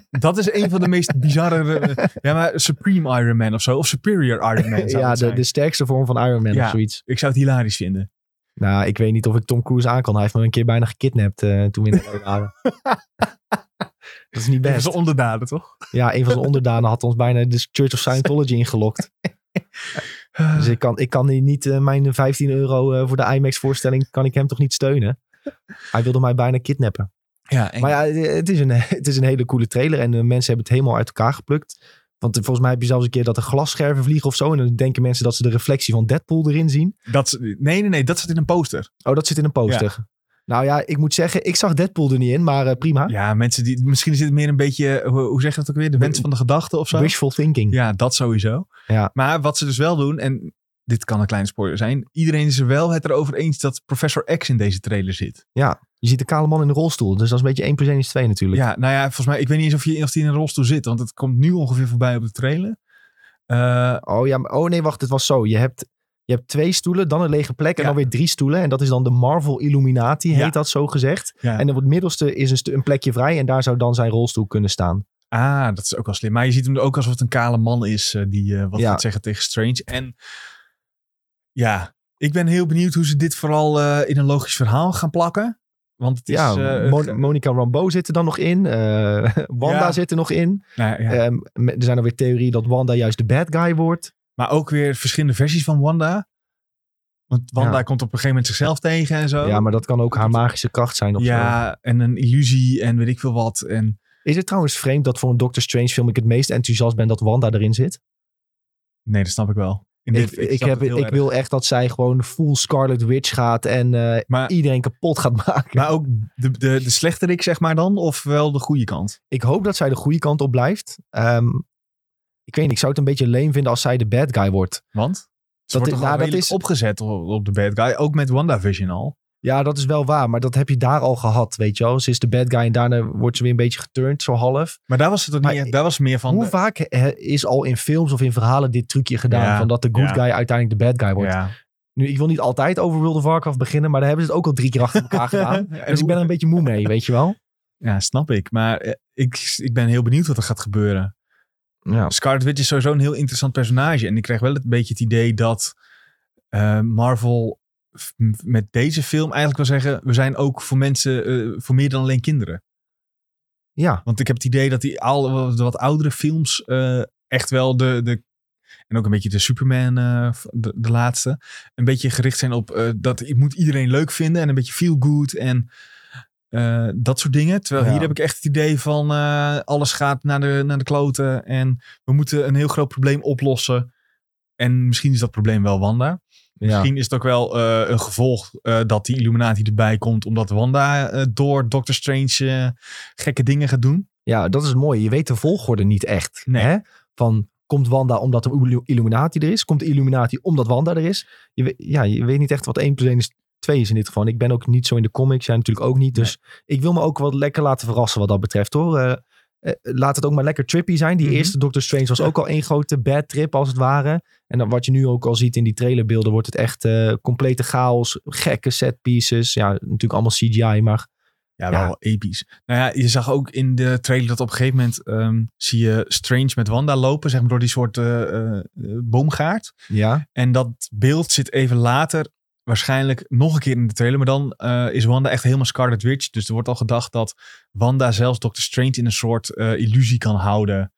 S2: Dat is een van de meest bizarre... eh, ja, maar Supreme Iron Man of zo. Of Superior Iron Man zou
S1: ja,
S2: het
S1: de,
S2: zijn.
S1: de sterkste vorm van Iron Man
S2: Ja.
S1: of zoiets.
S2: Ik zou het hilarisch vinden.
S1: Nou, ik weet niet of ik Tom Cruise aan kan. Hij heeft me een keer bijna gekidnapt eh, toen we in de waren. Dat is niet
S2: Dat is
S1: best.
S2: een onderdaden, toch?
S1: Ja, een van zijn onderdanen had ons bijna de Church of Scientology ingelokt. Dus ik kan, ik kan hier niet eh, mijn 15 euro eh, voor de IMAX-voorstelling, kan ik hem toch niet steunen? Hij wilde mij bijna kidnappen.
S2: ja, en-
S1: Maar ja, eh, het is, een, het is een hele coole trailer. En de mensen hebben het helemaal uit elkaar geplukt. Want eh, volgens mij heb je zelfs een keer dat er glasscherven vliegen of zo. En dan denken mensen dat ze de reflectie van Deadpool erin zien.
S2: dat, is- nee, nee, nee. Dat zit in een poster.
S1: Oh, dat zit in een poster. Nou ja, ik moet zeggen, ik zag Deadpool er niet in, maar eh, prima.
S2: Ja, mensen die... Misschien zit het meer een beetje... eh, Hoe, hoe zeg je dat ook weer? De wens van de gedachte of zo?
S1: Wishful thinking.
S2: Ja, dat sowieso.
S1: Mm. Ja.
S2: Maar wat ze dus wel doen, en dit kan een kleine spoiler zijn. Iedereen is er wel het erover eens dat Professor X in deze trailer zit.
S1: Je ziet de kale man in de rolstoel. Dus dat is een beetje 1 plus 1 is 2 natuurlijk.
S2: Ja, nou ja, volgens mij, ik weet niet eens of hij of die in een rolstoel zit. Want het komt nu ongeveer voorbij op de trailer. Eh,
S1: Oh ja, maar- oh nee, wacht. Het was zo. Je hebt, je hebt twee stoelen, dan een lege plek en
S2: Ja.
S1: dan weer drie stoelen. En dat is dan de Marvel Illuminati, heet
S2: Ja.
S1: dat zo gezegd.
S2: ja.
S1: En op het middelste is een, stu- een plekje vrij en daar zou dan zijn rolstoel kunnen staan.
S2: ah, dat is ook wel slim. Maar je ziet hem ook alsof het een kale man is eh, die eh, wat
S1: Ja.
S2: gaat zeggen tegen Strange. En ja, ik ben heel benieuwd hoe ze dit vooral eh, in een logisch verhaal gaan plakken. Want het is...
S1: ja,
S2: eh,
S1: Mon-
S2: het-
S1: Monica Rambeau zit er dan nog in. eh, Wanda
S2: Ja.
S1: zit er nog in.
S2: nou, ja.
S1: Ehm, me- er zijn alweer theorieën dat Wanda juist de bad guy wordt.
S2: Maar ook weer verschillende versies van Wanda. Want Wanda
S1: Ja.
S2: komt op een gegeven moment zichzelf tegen en zo.
S1: Ja, maar dat kan ook haar
S2: Oh. Dat-
S1: magische kracht zijn. Of zo.
S2: Ja, en een illusie en weet ik veel wat. En
S1: Is het trouwens vreemd dat voor een Doctor Strange film ik het meest enthousiast ben dat Wanda erin zit?
S2: nee, dat snap ik wel. In
S1: Ik,
S2: dit-
S1: ik,
S2: snap
S1: heb,
S2: het heel
S1: ik
S2: erg.
S1: wil echt dat zij gewoon full Scarlet Witch gaat en eh,
S2: Maar,
S1: iedereen kapot gaat maken.
S2: maar ook de, de, de slechterik, zeg maar dan, of wel de goede kant.
S1: Ik hoop dat zij de goede kant op blijft. Ehm, ik weet niet, ik zou het een beetje leem vinden als zij de bad guy wordt.
S2: Want ze
S1: Dat
S2: wordt
S1: is-
S2: toch
S1: nou,
S2: al
S1: dat
S2: redelijk
S1: is-
S2: opgezet op, op de bad guy. Ook met WandaVision al.
S1: Ja, dat is wel waar. Maar dat heb je daar al gehad, weet je wel. Ze is de bad guy en daarna wordt ze weer een beetje geturnd, zo half.
S2: Maar daar was het toch
S1: Maar
S2: niet... echt- Daar was meer van...
S1: Hoe
S2: de-
S1: vaak eh, is al in films of in verhalen dit trucje gedaan?
S2: Ja,
S1: van dat de good
S2: ja.
S1: guy uiteindelijk de bad guy wordt.
S2: ja.
S1: Nu, ik wil niet altijd over World of Warcraft beginnen, maar daar hebben ze het ook al drie keer achter elkaar gedaan.
S2: En
S1: Dus ik
S2: hoe-
S1: ben er een beetje moe mee, weet je wel.
S2: Ja, snap ik. Maar eh, ik, ik ben heel benieuwd wat er gaat gebeuren.
S1: Ja,
S2: Scarlet Witch is sowieso een heel interessant personage. En ik krijg wel een beetje het idee dat eh, Marvel f- m- met deze film eigenlijk wil zeggen... we zijn ook voor mensen, eh, voor meer dan alleen kinderen.
S1: ja.
S2: Want ik heb het idee dat die al, de wat oudere films eh, echt wel de, de... en ook een beetje de Superman, eh, v- de, de laatste... een beetje gericht zijn op eh, dat ik moet iedereen leuk vinden... en een beetje feel good en... eh, eh, dat soort dingen. Terwijl
S1: Ja.
S2: hier heb ik echt het idee van eh, alles gaat naar de, naar de kloten en we moeten een heel groot probleem oplossen. En misschien is dat probleem wel Wanda.
S1: Ja.
S2: Misschien is het ook wel eh, een gevolg eh, dat die Illuminati erbij komt, omdat Wanda eh, door Doctor Strange eh, gekke dingen gaat doen.
S1: ja, dat is het mooie. Je weet de volgorde niet echt.
S2: Nee.
S1: Hè? Van, komt Wanda omdat de Illu- Illuminati er is? Komt de Illuminati omdat Wanda er is? Je, we- ja, je weet niet echt wat 1 plus 1 is 2 is in dit geval. En Ik ben ook niet zo in de comics. Jij natuurlijk ook niet. Dus ik wil me ook wat lekker laten verrassen wat dat betreft hoor. Eh, eh, laat het ook maar lekker trippy zijn. Die
S2: Mhm.
S1: eerste Doctor Strange was ook al één grote bad trip als het ware. En dan, wat je nu ook al ziet in die trailerbeelden wordt het echt eh, complete chaos. Gekke set pieces. Ja, natuurlijk allemaal CGI, maar
S2: Ja,
S1: Ja.
S2: wel episch. Nou ja, je zag ook in de trailer dat op een gegeven moment ehm, zie je Strange met Wanda lopen, zeg maar door die soort eh, eh, boomgaard.
S1: ja.
S2: En dat beeld zit even later waarschijnlijk nog een keer in de trailer. Maar dan eh, is Wanda echt helemaal Scarlet Witch. Dus er wordt al gedacht dat Wanda zelfs Doctor Strange in een soort eh, illusie kan houden.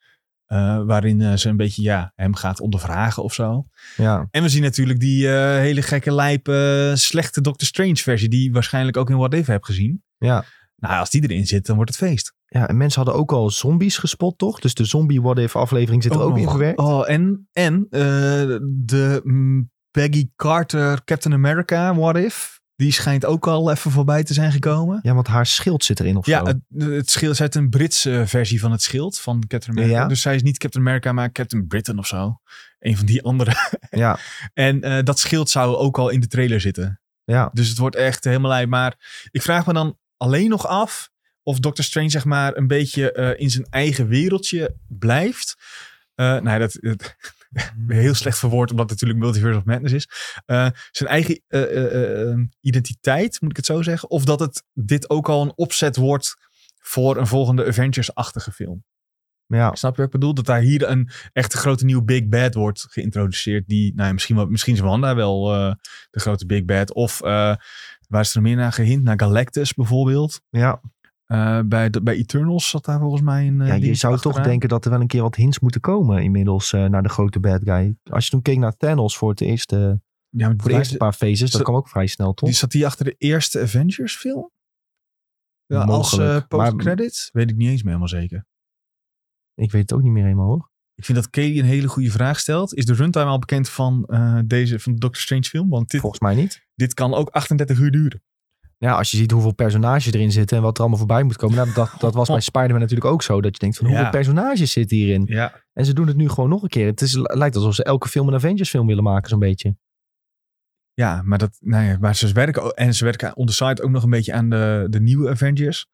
S2: eh, waarin eh, ze een beetje ja, hem gaat ondervragen of zo.
S1: ja.
S2: En we zien natuurlijk die eh, hele gekke lijpe eh, slechte Doctor Strange versie. Die je waarschijnlijk ook in What If hebt gezien.
S1: Ja.
S2: Nou, als die erin zit, dan wordt het feest.
S1: Ja, en mensen hadden ook al zombies gespot, toch? Dus de zombie What If aflevering zit er ook in
S2: nog.
S1: gewerkt.
S2: Oh, en, en eh, de mm, Peggy Carter Captain America What If. Die schijnt ook al even voorbij te zijn gekomen.
S1: Ja, want haar schild zit erin of
S2: Ja,
S1: zo.
S2: het, het schild is uit een Britse eh, versie van het schild van Captain America.
S1: Ja.
S2: Dus zij is niet Captain America, maar Captain Britain of zo. Een van die andere.
S1: ja,
S2: En eh, dat schild zou ook al in de trailer zitten.
S1: ja.
S2: Dus het wordt echt helemaal lijp. Maar ik vraag me dan alleen nog af of Doctor Strange zeg maar een beetje eh, in zijn eigen wereldje blijft. Eh nee, dat, dat- heel slecht verwoord, omdat het natuurlijk Multiverse of Madness is. Eh, zijn eigen eh, eh, eh, identiteit, moet ik het zo zeggen. Of dat het dit ook al een opzet wordt voor een volgende Avengers-achtige film.
S1: ja.
S2: Snap je wat ik bedoel? Dat daar hier een echte grote nieuwe Big Bad wordt geïntroduceerd. Die, nou ja, misschien, wel- misschien is Wanda wel eh, de grote Big Bad. Of eh, waar is er meer naar gehind? Naar Galactus bijvoorbeeld.
S1: ja.
S2: Eh, bij, de- bij Eternals zat daar volgens mij een. eh,
S1: ja je
S2: dingetje
S1: zou toch
S2: achteraan.
S1: denken dat er wel een keer wat hints moeten komen inmiddels eh, naar de grote bad guy. Als je toen keek naar Thanos voor, het eerste,
S2: Ja, maar
S1: voor de eerste paar phases, dat
S2: zo-
S1: kwam ook vrij snel, toch?
S2: Die zat die achter de eerste Avengers film? Ja, als eh,
S1: Mogelijk, maar-
S2: post-credit? Weet ik niet eens meer helemaal zeker.
S1: Ik weet het ook niet meer helemaal, hoor.
S2: Ik vind dat Katie een hele goede vraag stelt. Is de runtime al bekend van eh, deze van de Doctor Strange film? Want dit,
S1: Volgens mij niet.
S2: dit kan ook 38 uur duren.
S1: Ja, als je ziet hoeveel personages erin zitten en wat er allemaal voorbij moet komen. Nou, dat, dat was bij Spider-Man natuurlijk ook zo. Dat je denkt van, hoeveel
S2: Ja.
S1: personages zitten hierin?
S2: Ja.
S1: En ze doen het nu gewoon nog een keer. Het is, lijkt alsof ze elke film een Avengers film willen maken, zo'n beetje.
S2: Ja, maar, dat, nou ja, maar ze werken ook- en ze werken on the side ook nog een beetje aan de, de nieuwe Avengers.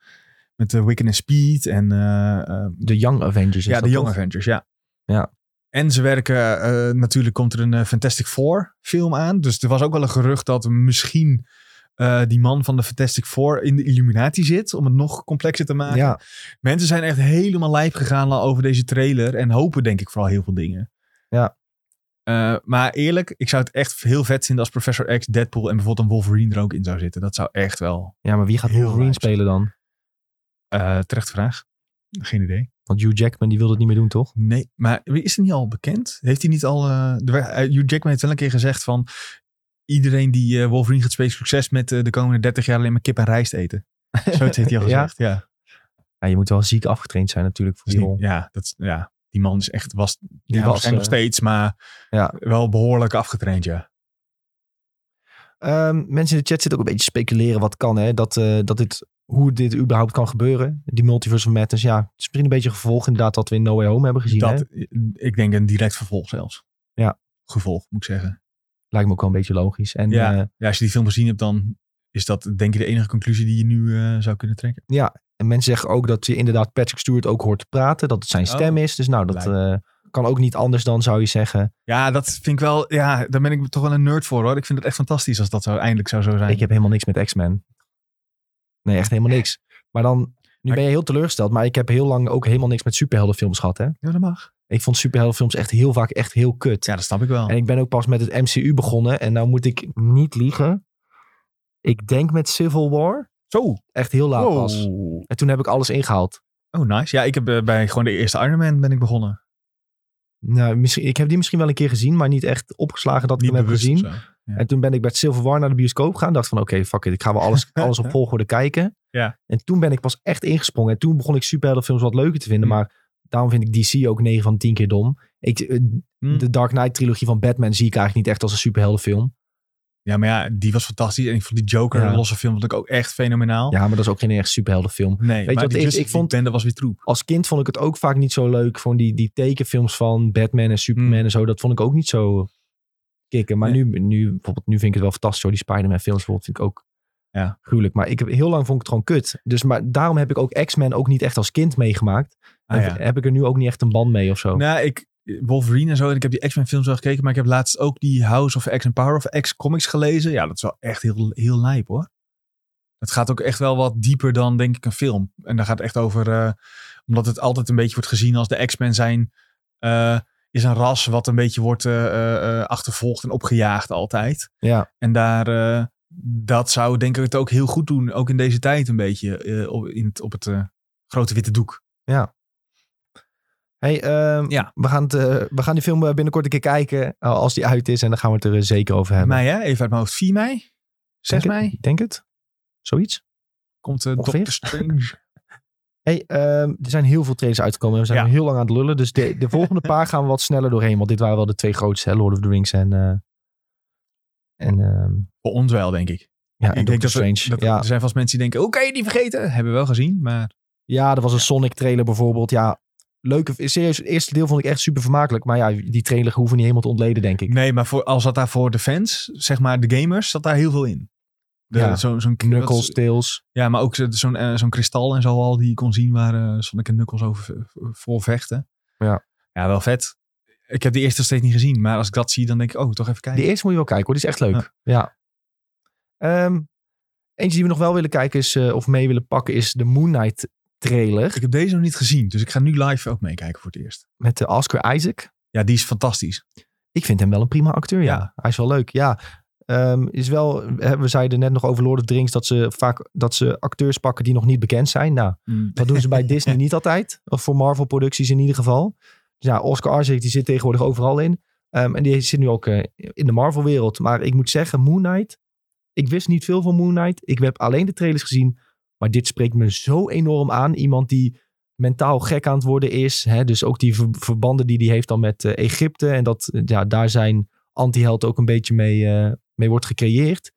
S2: Met de Wiccan en Speed en eh, eh,
S1: De Young Avengers is
S2: ja,
S1: dat
S2: de Young
S1: toch?
S2: Avengers, ja.
S1: Ja.
S2: En ze werken, eh, natuurlijk komt er een eh, Fantastic Four film aan. Dus er was ook wel een gerucht dat misschien eh, die man van de Fantastic Four in de Illuminati zit. Om het nog complexer te maken.
S1: Ja,
S2: Mensen zijn echt helemaal lijp gegaan al over deze trailer. En hopen denk ik vooral heel veel dingen.
S1: Ja.
S2: Eh, maar eerlijk, ik zou het echt heel vet vinden als Professor X, Deadpool en bijvoorbeeld een Wolverine er ook in zou zitten. Dat zou echt wel
S1: ja, maar wie gaat
S2: Heel
S1: Wolverine
S2: lijp.
S1: spelen dan?
S2: eh terecht vraag. Geen idee.
S1: Want Hugh Jackman die wil dat niet meer doen, toch?
S2: Nee, maar is het niet al bekend? Heeft hij niet al... eh, de- eh, Hugh Jackman heeft wel een keer gezegd van... Iedereen die eh, Wolverine gaat spelen, succes met eh, de komende 30 jaar alleen maar kip en rijst eten. Zoiets heeft hij al
S1: Ja?
S2: gezegd, ja. Dat
S1: Ja, je moet wel ziek afgetraind zijn natuurlijk voor
S2: is
S1: die
S2: niet-
S1: rol.
S2: ja, dat, is- ja, die man is echt... Was, die
S1: was,
S2: was waarschijnlijk
S1: eh,
S2: nog steeds, maar
S1: ja.
S2: wel behoorlijk afgetraind, ja.
S1: Ehm, mensen in de chat zitten ook een beetje te speculeren wat kan. Hè? Dat, eh, dat dit, hoe dit überhaupt kan gebeuren. Die multiverse of madness. Ja, het is misschien een beetje een gevolg inderdaad dat we in No Way Home hebben gezien. Hè?
S2: dat, ik denk een direct vervolg zelfs.
S1: Ja.
S2: Gevolg, moet ik zeggen.
S1: Lijkt me ook wel een beetje logisch. En eh, ja.
S2: Ja, als je die film gezien hebt, dan is dat denk ik de enige conclusie die je nu eh, zou kunnen trekken.
S1: en mensen zeggen ook dat je inderdaad Patrick Stewart ook hoort praten. Dat het zijn
S2: Oh,
S1: stem is. Dus nou, dat eh, kan ook niet anders dan zou je zeggen.
S2: Ja, dat vind ik wel. Ja, daar ben ik toch wel een nerd voor hoor. Ik vind het echt fantastisch als dat zo eindelijk zou zo zijn.
S1: Ik heb helemaal niks met X-Men. Nee, echt helemaal niks. Maar dan, nu
S2: Maar-
S1: ben je heel teleurgesteld. Maar ik heb heel lang ook helemaal niks met superheldenfilms gehad. Hè?
S2: Ja, dat mag.
S1: Ik vond superheldenfilms echt heel vaak echt heel kut.
S2: Ja, dat snap ik wel.
S1: En ik ben ook pas met het MCU begonnen. En nou moet ik niet liegen. Ik denk met Civil War.
S2: Zo.
S1: Echt heel laat
S2: Wow.
S1: pas. En toen heb ik alles ingehaald.
S2: Oh, nice. Ja, ik heb eh, bij gewoon de eerste Iron Man ben ik begonnen.
S1: Nou, misschien, ik heb die misschien wel een keer gezien, maar niet echt opgeslagen dat ik hem heb
S2: bewust
S1: gezien.
S2: of zo. Ja.
S1: En toen ben ik bij Civil War naar de bioscoop gegaan. Dacht van, oké, fuck it. Ik ga wel alles, alles op volgorde kijken.
S2: Ja.
S1: En toen ben ik pas echt ingesprongen. En toen begon ik superheldenfilms wat leuker te vinden.
S2: Hmm.
S1: Maar daarom vind ik DC ook 9 van 10 keer dom. Ik, eh,
S2: Hmm.
S1: De Dark Knight trilogie van Batman zie ik eigenlijk niet echt als een superheldenfilm.
S2: Ja, maar ja, die was fantastisch. En ik vond die Joker,
S1: Ja.
S2: een losse film, vond ik ook echt fenomenaal.
S1: Ja, maar dat is ook geen echt superheldenfilm.
S2: Nee, maar
S1: wat
S2: die
S1: is?
S2: Justice
S1: Ik vond-
S2: League bende was weer troep.
S1: Als kind vond ik het ook vaak niet zo leuk. Van die, die tekenfilms van Batman en Superman
S2: Hmm.
S1: en zo. Dat vond ik ook niet zo kicken. Maar nu, nu, bijvoorbeeld, nu vind ik het wel fantastisch. Hoor. Die Spider-Man films bijvoorbeeld vind ik ook
S2: Ja.
S1: gruwelijk. Maar ik heb, heel lang vond ik het gewoon kut. Dus maar daarom heb ik ook X-Men ook niet echt als kind meegemaakt.
S2: Ah,
S1: En
S2: ja.
S1: Heb ik er nu ook niet echt een band mee of zo.
S2: Nou, ik, Wolverine en zo. En ik heb die X-Men films wel gekeken. Maar ik heb laatst ook die House of X en Power of X comics gelezen. Ja, dat is wel echt heel, heel lijp hoor. Het gaat ook echt wel wat dieper dan, denk ik, een film. En daar gaat het echt over... eh, omdat het altijd een beetje wordt gezien als de X-Men zijn... eh, is een ras wat een beetje wordt eh, eh, eh, achtervolgd en opgejaagd altijd.
S1: Ja.
S2: En daar, eh, dat zou denk ik het ook heel goed doen. Ook in deze tijd een beetje eh, op, in het, op het eh, grote witte doek.
S1: Hey, ehm,
S2: Ja.
S1: we, gaan het, eh, we gaan die film eh, binnenkort een keer kijken. eh, als die uit is. En dan gaan we het er eh, zeker over hebben.
S2: Mei hè? Even uit mijn hoofd. 4 mei? 6
S1: Denk het-
S2: mei?
S1: Denk het? Zoiets?
S2: Komt eh
S1: Ongeveer.
S2: Doctor Strange.
S1: Hey, ehm, er zijn heel veel trailers uitgekomen. en We zijn
S2: Ja.
S1: nog heel lang aan het lullen. Dus de, de volgende paar gaan we wat sneller doorheen. Want dit waren wel de twee grootste. Hè? Lord of the Rings en... eh, en ehm,
S2: Voor ons wel, denk ik.
S1: ja, en
S2: ik denk
S1: Doctor
S2: dat, we- dus-
S1: Strange.
S2: dat
S1: ja.
S2: Er zijn vast mensen die denken, hoe kan je die vergeten? Hebben we wel gezien, maar
S1: ja, er was een Sonic trailer bijvoorbeeld. Ja, leuke... Serieus, het eerste deel vond ik echt super vermakelijk. Maar ja, die trailer hoeven niet helemaal te ontleden, denk ik.
S2: nee, maar voor, al zat daar voor de fans, zeg maar de gamers, zat daar heel veel in. De,
S1: Ja.
S2: zo, zo'n
S1: Knuckles, Tails.
S2: Ja, maar ook zo- zo'n eh, zo'n kristal en zo al die je kon zien waar eh, Sonic en Knuckles over voor vechten.
S1: Ja.
S2: Ja, wel vet. Ik heb die eerste nog steeds niet gezien, maar als ik dat zie, dan denk ik, oh, toch even kijken.
S1: Die eerste moet je wel kijken hoor, die is echt leuk. Ja. Ehm, eentje die we nog wel willen kijken is, eh, of mee willen pakken is de Moon Knight trailer.
S2: Ik heb deze nog niet gezien, dus ik ga nu live ook meekijken voor het eerst.
S1: Met de Oscar Isaac.
S2: Ja, die is fantastisch.
S1: Ik vind hem wel een prima acteur, ja.
S2: Ja.
S1: Hij is wel leuk, ja. Ehm, is wel, hè, we zeiden net nog over Lord of the Rings dat ze vaak dat ze acteurs pakken die nog niet bekend zijn. Nou,
S2: Hmm.
S1: dat doen ze bij Disney niet altijd. Of voor Marvel producties in ieder geval. Dus ja, Oscar Isaac die zit tegenwoordig overal in. Ehm, en die zit nu ook eh, in de Marvel wereld. Maar ik moet zeggen, Moon Knight. Ik wist niet veel van Moon Knight. Ik heb alleen de trailers gezien. Maar dit spreekt me zo enorm aan. Iemand die mentaal gek aan het worden is. Hè? Dus ook die ver- verbanden die hij heeft dan met eh, Egypte. En dat eh, ja, daar zijn anti-held ook een beetje mee, eh, mee wordt gecreëerd.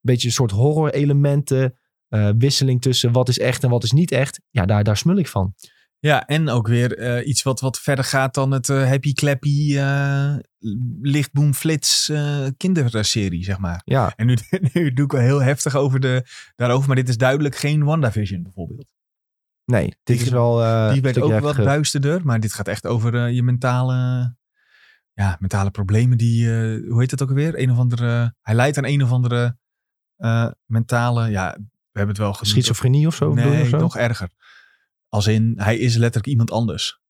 S1: Beetje een soort horror elementen. Eh, wisseling tussen wat is echt en wat is niet echt. Ja, daar, daar smul ik van.
S2: Ja, en ook weer eh, iets wat, wat verder gaat dan het eh, happy clappy eh, lichtboom flits eh, kinderserie, zeg maar.
S1: Ja,
S2: En nu, nu doe ik wel heel heftig over de, daarover, maar dit is duidelijk geen WandaVision bijvoorbeeld.
S1: nee. Dit
S2: Die-
S1: is wel. eh,
S2: Die
S1: een
S2: werd
S1: stukje
S2: ook wat
S1: heftiger.
S2: duisterder, maar dit gaat echt over eh, je mentale, ja, mentale problemen. Die, eh, hoe heet dat ook alweer? Een of andere, hij leidt aan een of andere eh, mentale, ja, we hebben het wel genoemd.
S1: Schizofrenie of zo? bedoel je
S2: Nee,
S1: of zo?
S2: nog erger. Als in, hij is letterlijk iemand anders.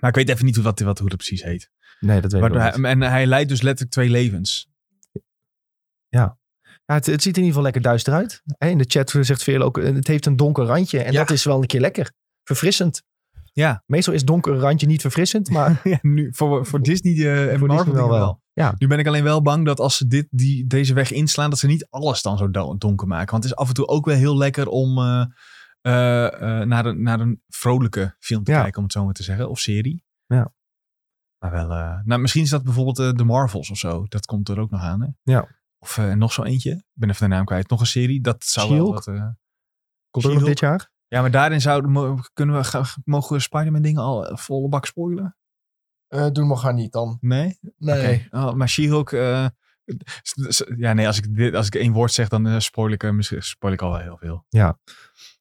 S2: Maar ik weet even niet hoe dat, wat, hoe dat precies heet.
S1: nee, dat weet ik
S2: Maar
S1: ook
S2: hij,
S1: niet.
S2: en hij leidt dus letterlijk twee levens.
S1: Ja, het, het ziet er in ieder geval lekker duister uit. Hè, in de chat zegt Veerle ook, eh, het heeft een donker randje. En
S2: Ja.
S1: dat is wel een keer lekker. Verfrissend.
S2: Ja.
S1: Meestal is donker randje niet verfrissend, maar
S2: Ja, nu, voor, voor Disney eh, en
S1: voor
S2: Marvel
S1: Disney wel
S2: wel,
S1: wel.
S2: wel.
S1: Ja.
S2: Nu ben ik alleen wel bang dat als ze dit, die, deze weg inslaan, dat ze niet alles dan zo do- donker maken. Want het is af en toe ook wel heel lekker om eh, eh, eh, naar, een, naar een vrolijke film te
S1: Ja.
S2: kijken, om het zo maar te zeggen. Of serie.
S1: Ja.
S2: Maar wel, eh, nou, misschien is dat bijvoorbeeld eh, de Marvels of zo. Dat komt er ook nog aan. Hè?
S1: Ja.
S2: Of eh, nog zo eentje. Ik ben even de naam kwijt. Nog een serie. Dat zou wel
S1: She-Hulk?
S2: wat... eh,
S1: komt ook nog
S2: She-Hulk?
S1: dit jaar.
S2: ja, maar daarin zouden, mo- kunnen we, ga- mogen we Spider-Man dingen al eh, volle bak spoilen? Eh,
S1: doen we gaan niet dan.
S2: Nee?
S1: Nee.
S2: Oké. Oh, maar She-Hulk... eh, s- s- ja, nee, als ik, dit, als ik één woord zeg, dan eh, spoil, ik, eh, misschien spoil ik al wel heel veel.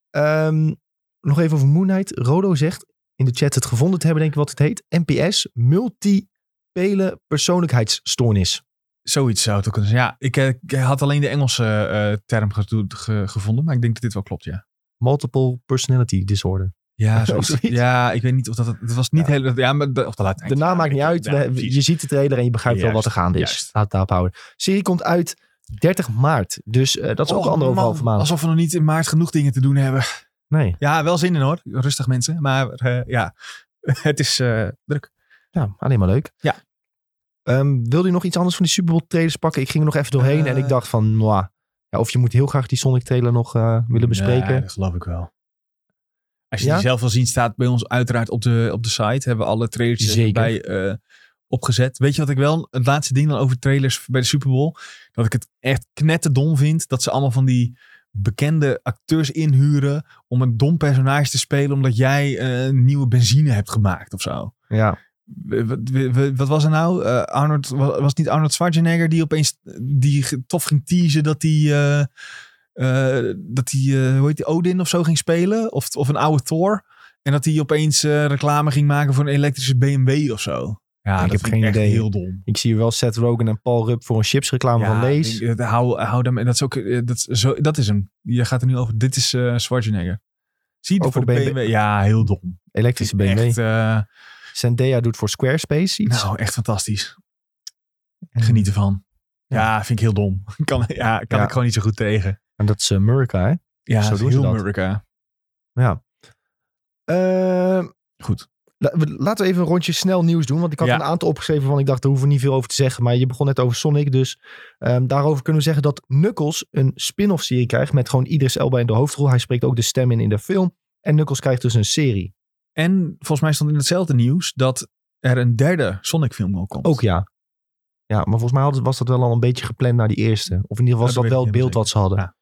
S1: Ehm, nog even over Moon Knight. Rodo zegt in de chat het gevonden te hebben, denk ik wat het heet. NPS, multipele persoonlijkheidsstoornis.
S2: Zoiets zou het ook kunnen zijn. Ja, ik, eh, ik had alleen de Engelse eh, term gedo- ge- gevonden, maar ik denk dat dit wel klopt, ja.
S1: Multiple personality disorder.
S2: Ja,
S1: zoiets.
S2: ja ik weet niet of dat... Het, het was niet
S1: Ja.
S2: heel... Ja, maar de, of de, Latijn-
S1: De naam maakt niet
S2: Ja,
S1: uit.
S2: ja,
S1: We-
S2: precies.
S1: je ziet de trailer en je begrijpt wel wat er
S2: Juist,
S1: gaande is.
S2: juist.
S1: Laat het daarop houden. Serie komt uit 30 maart. Dus eh, dat is ook
S2: Och,
S1: anderhalve halve
S2: Oh, man,
S1: maand.
S2: Alsof we nog niet in maart genoeg dingen te doen hebben.
S1: Nee.
S2: Ja, wel zin in hoor. Rustig mensen. Maar eh, ja, het is eh, druk.
S1: Ja, alleen maar leuk.
S2: Ja.
S1: Ehm, wilde je nog iets anders van die Super Bowl trailers pakken? Ik ging er nog even doorheen en
S2: Eh.
S1: ik dacht van, mwah, Ja, of je moet heel graag die Sonic trailer nog eh, willen bespreken.
S2: Ja, dat geloof ik wel. Als je
S1: Ja?
S2: die zelf wil zien, staat bij ons uiteraard op de, op de site. Hebben we alle trailers
S1: Zeker.
S2: bij eh, opgezet. Weet je wat ik wel, het laatste ding dan over trailers bij de Super Bowl. Dat ik het echt knetterdom vind dat ze allemaal van die bekende acteurs inhuren om een dom personage te spelen omdat jij eh, nieuwe benzine hebt gemaakt of zo.
S1: ja.
S2: W- w- w- Wat was er nou? Eh, Arnold, wa- was het niet Arnold Schwarzenegger die opeens die ge- tof ging teasen dat hij. eh, eh, dat hij, eh, hoe heet die, Odin of zo ging spelen? Of, of een oude Thor. En dat hij opeens eh, reclame ging maken voor een elektrische BMW of zo. Ja,
S1: Ik
S2: dat
S1: heb
S2: vind
S1: geen
S2: echt
S1: idee.
S2: heel dom.
S1: Ik zie wel Seth Rogen en Paul Rupp voor een chipsreclame van Lees.
S2: ik denk, eh, hou, hou daarmee. Dat is ook. eh, Dat is, zo, dat is hem. Je gaat er nu over. Dit is eh Schwarzenegger. Zie je het
S1: Ook
S2: voor de
S1: voor de
S2: BMW? Ja, heel dom.
S1: elektrische BMW.
S2: Echt, eh,
S1: Zendaya doet voor Squarespace iets.
S2: nou, echt fantastisch.
S1: Mm.
S2: Geniet ervan. Ja, vind ik heel dom. Kan, ja, kan
S1: Ja.
S2: ik gewoon niet zo goed tegen.
S1: En dat is eh, America, hè?
S2: Ja,
S1: Zo
S2: dat is
S1: doen ze
S2: heel
S1: dat.
S2: Amerika.
S1: Ja. Eh,
S2: Goed.
S1: la- we- laten we even een rondje snel nieuws doen. Want ik had
S2: Ja.
S1: een aantal opgeschreven van ik dacht, daar hoeven we niet veel over te zeggen. Maar je begon net over Sonic. Dus ehm, daarover kunnen we zeggen dat Knuckles een spin-off serie krijgt. Met gewoon Idris Elba in de hoofdrol. Hij spreekt ook de stem in in de film. En Knuckles krijgt dus een serie.
S2: En volgens mij stond in hetzelfde nieuws dat er een derde Sonic film ook komt.
S1: Ook ja. Ja, maar volgens mij hadden- was dat wel al een beetje gepland naar die eerste. Of in ieder geval was
S2: Ja, dat
S1: dat,
S2: weet
S1: wel
S2: ik
S1: het
S2: niet
S1: beeld wat ze hadden.
S2: Ja.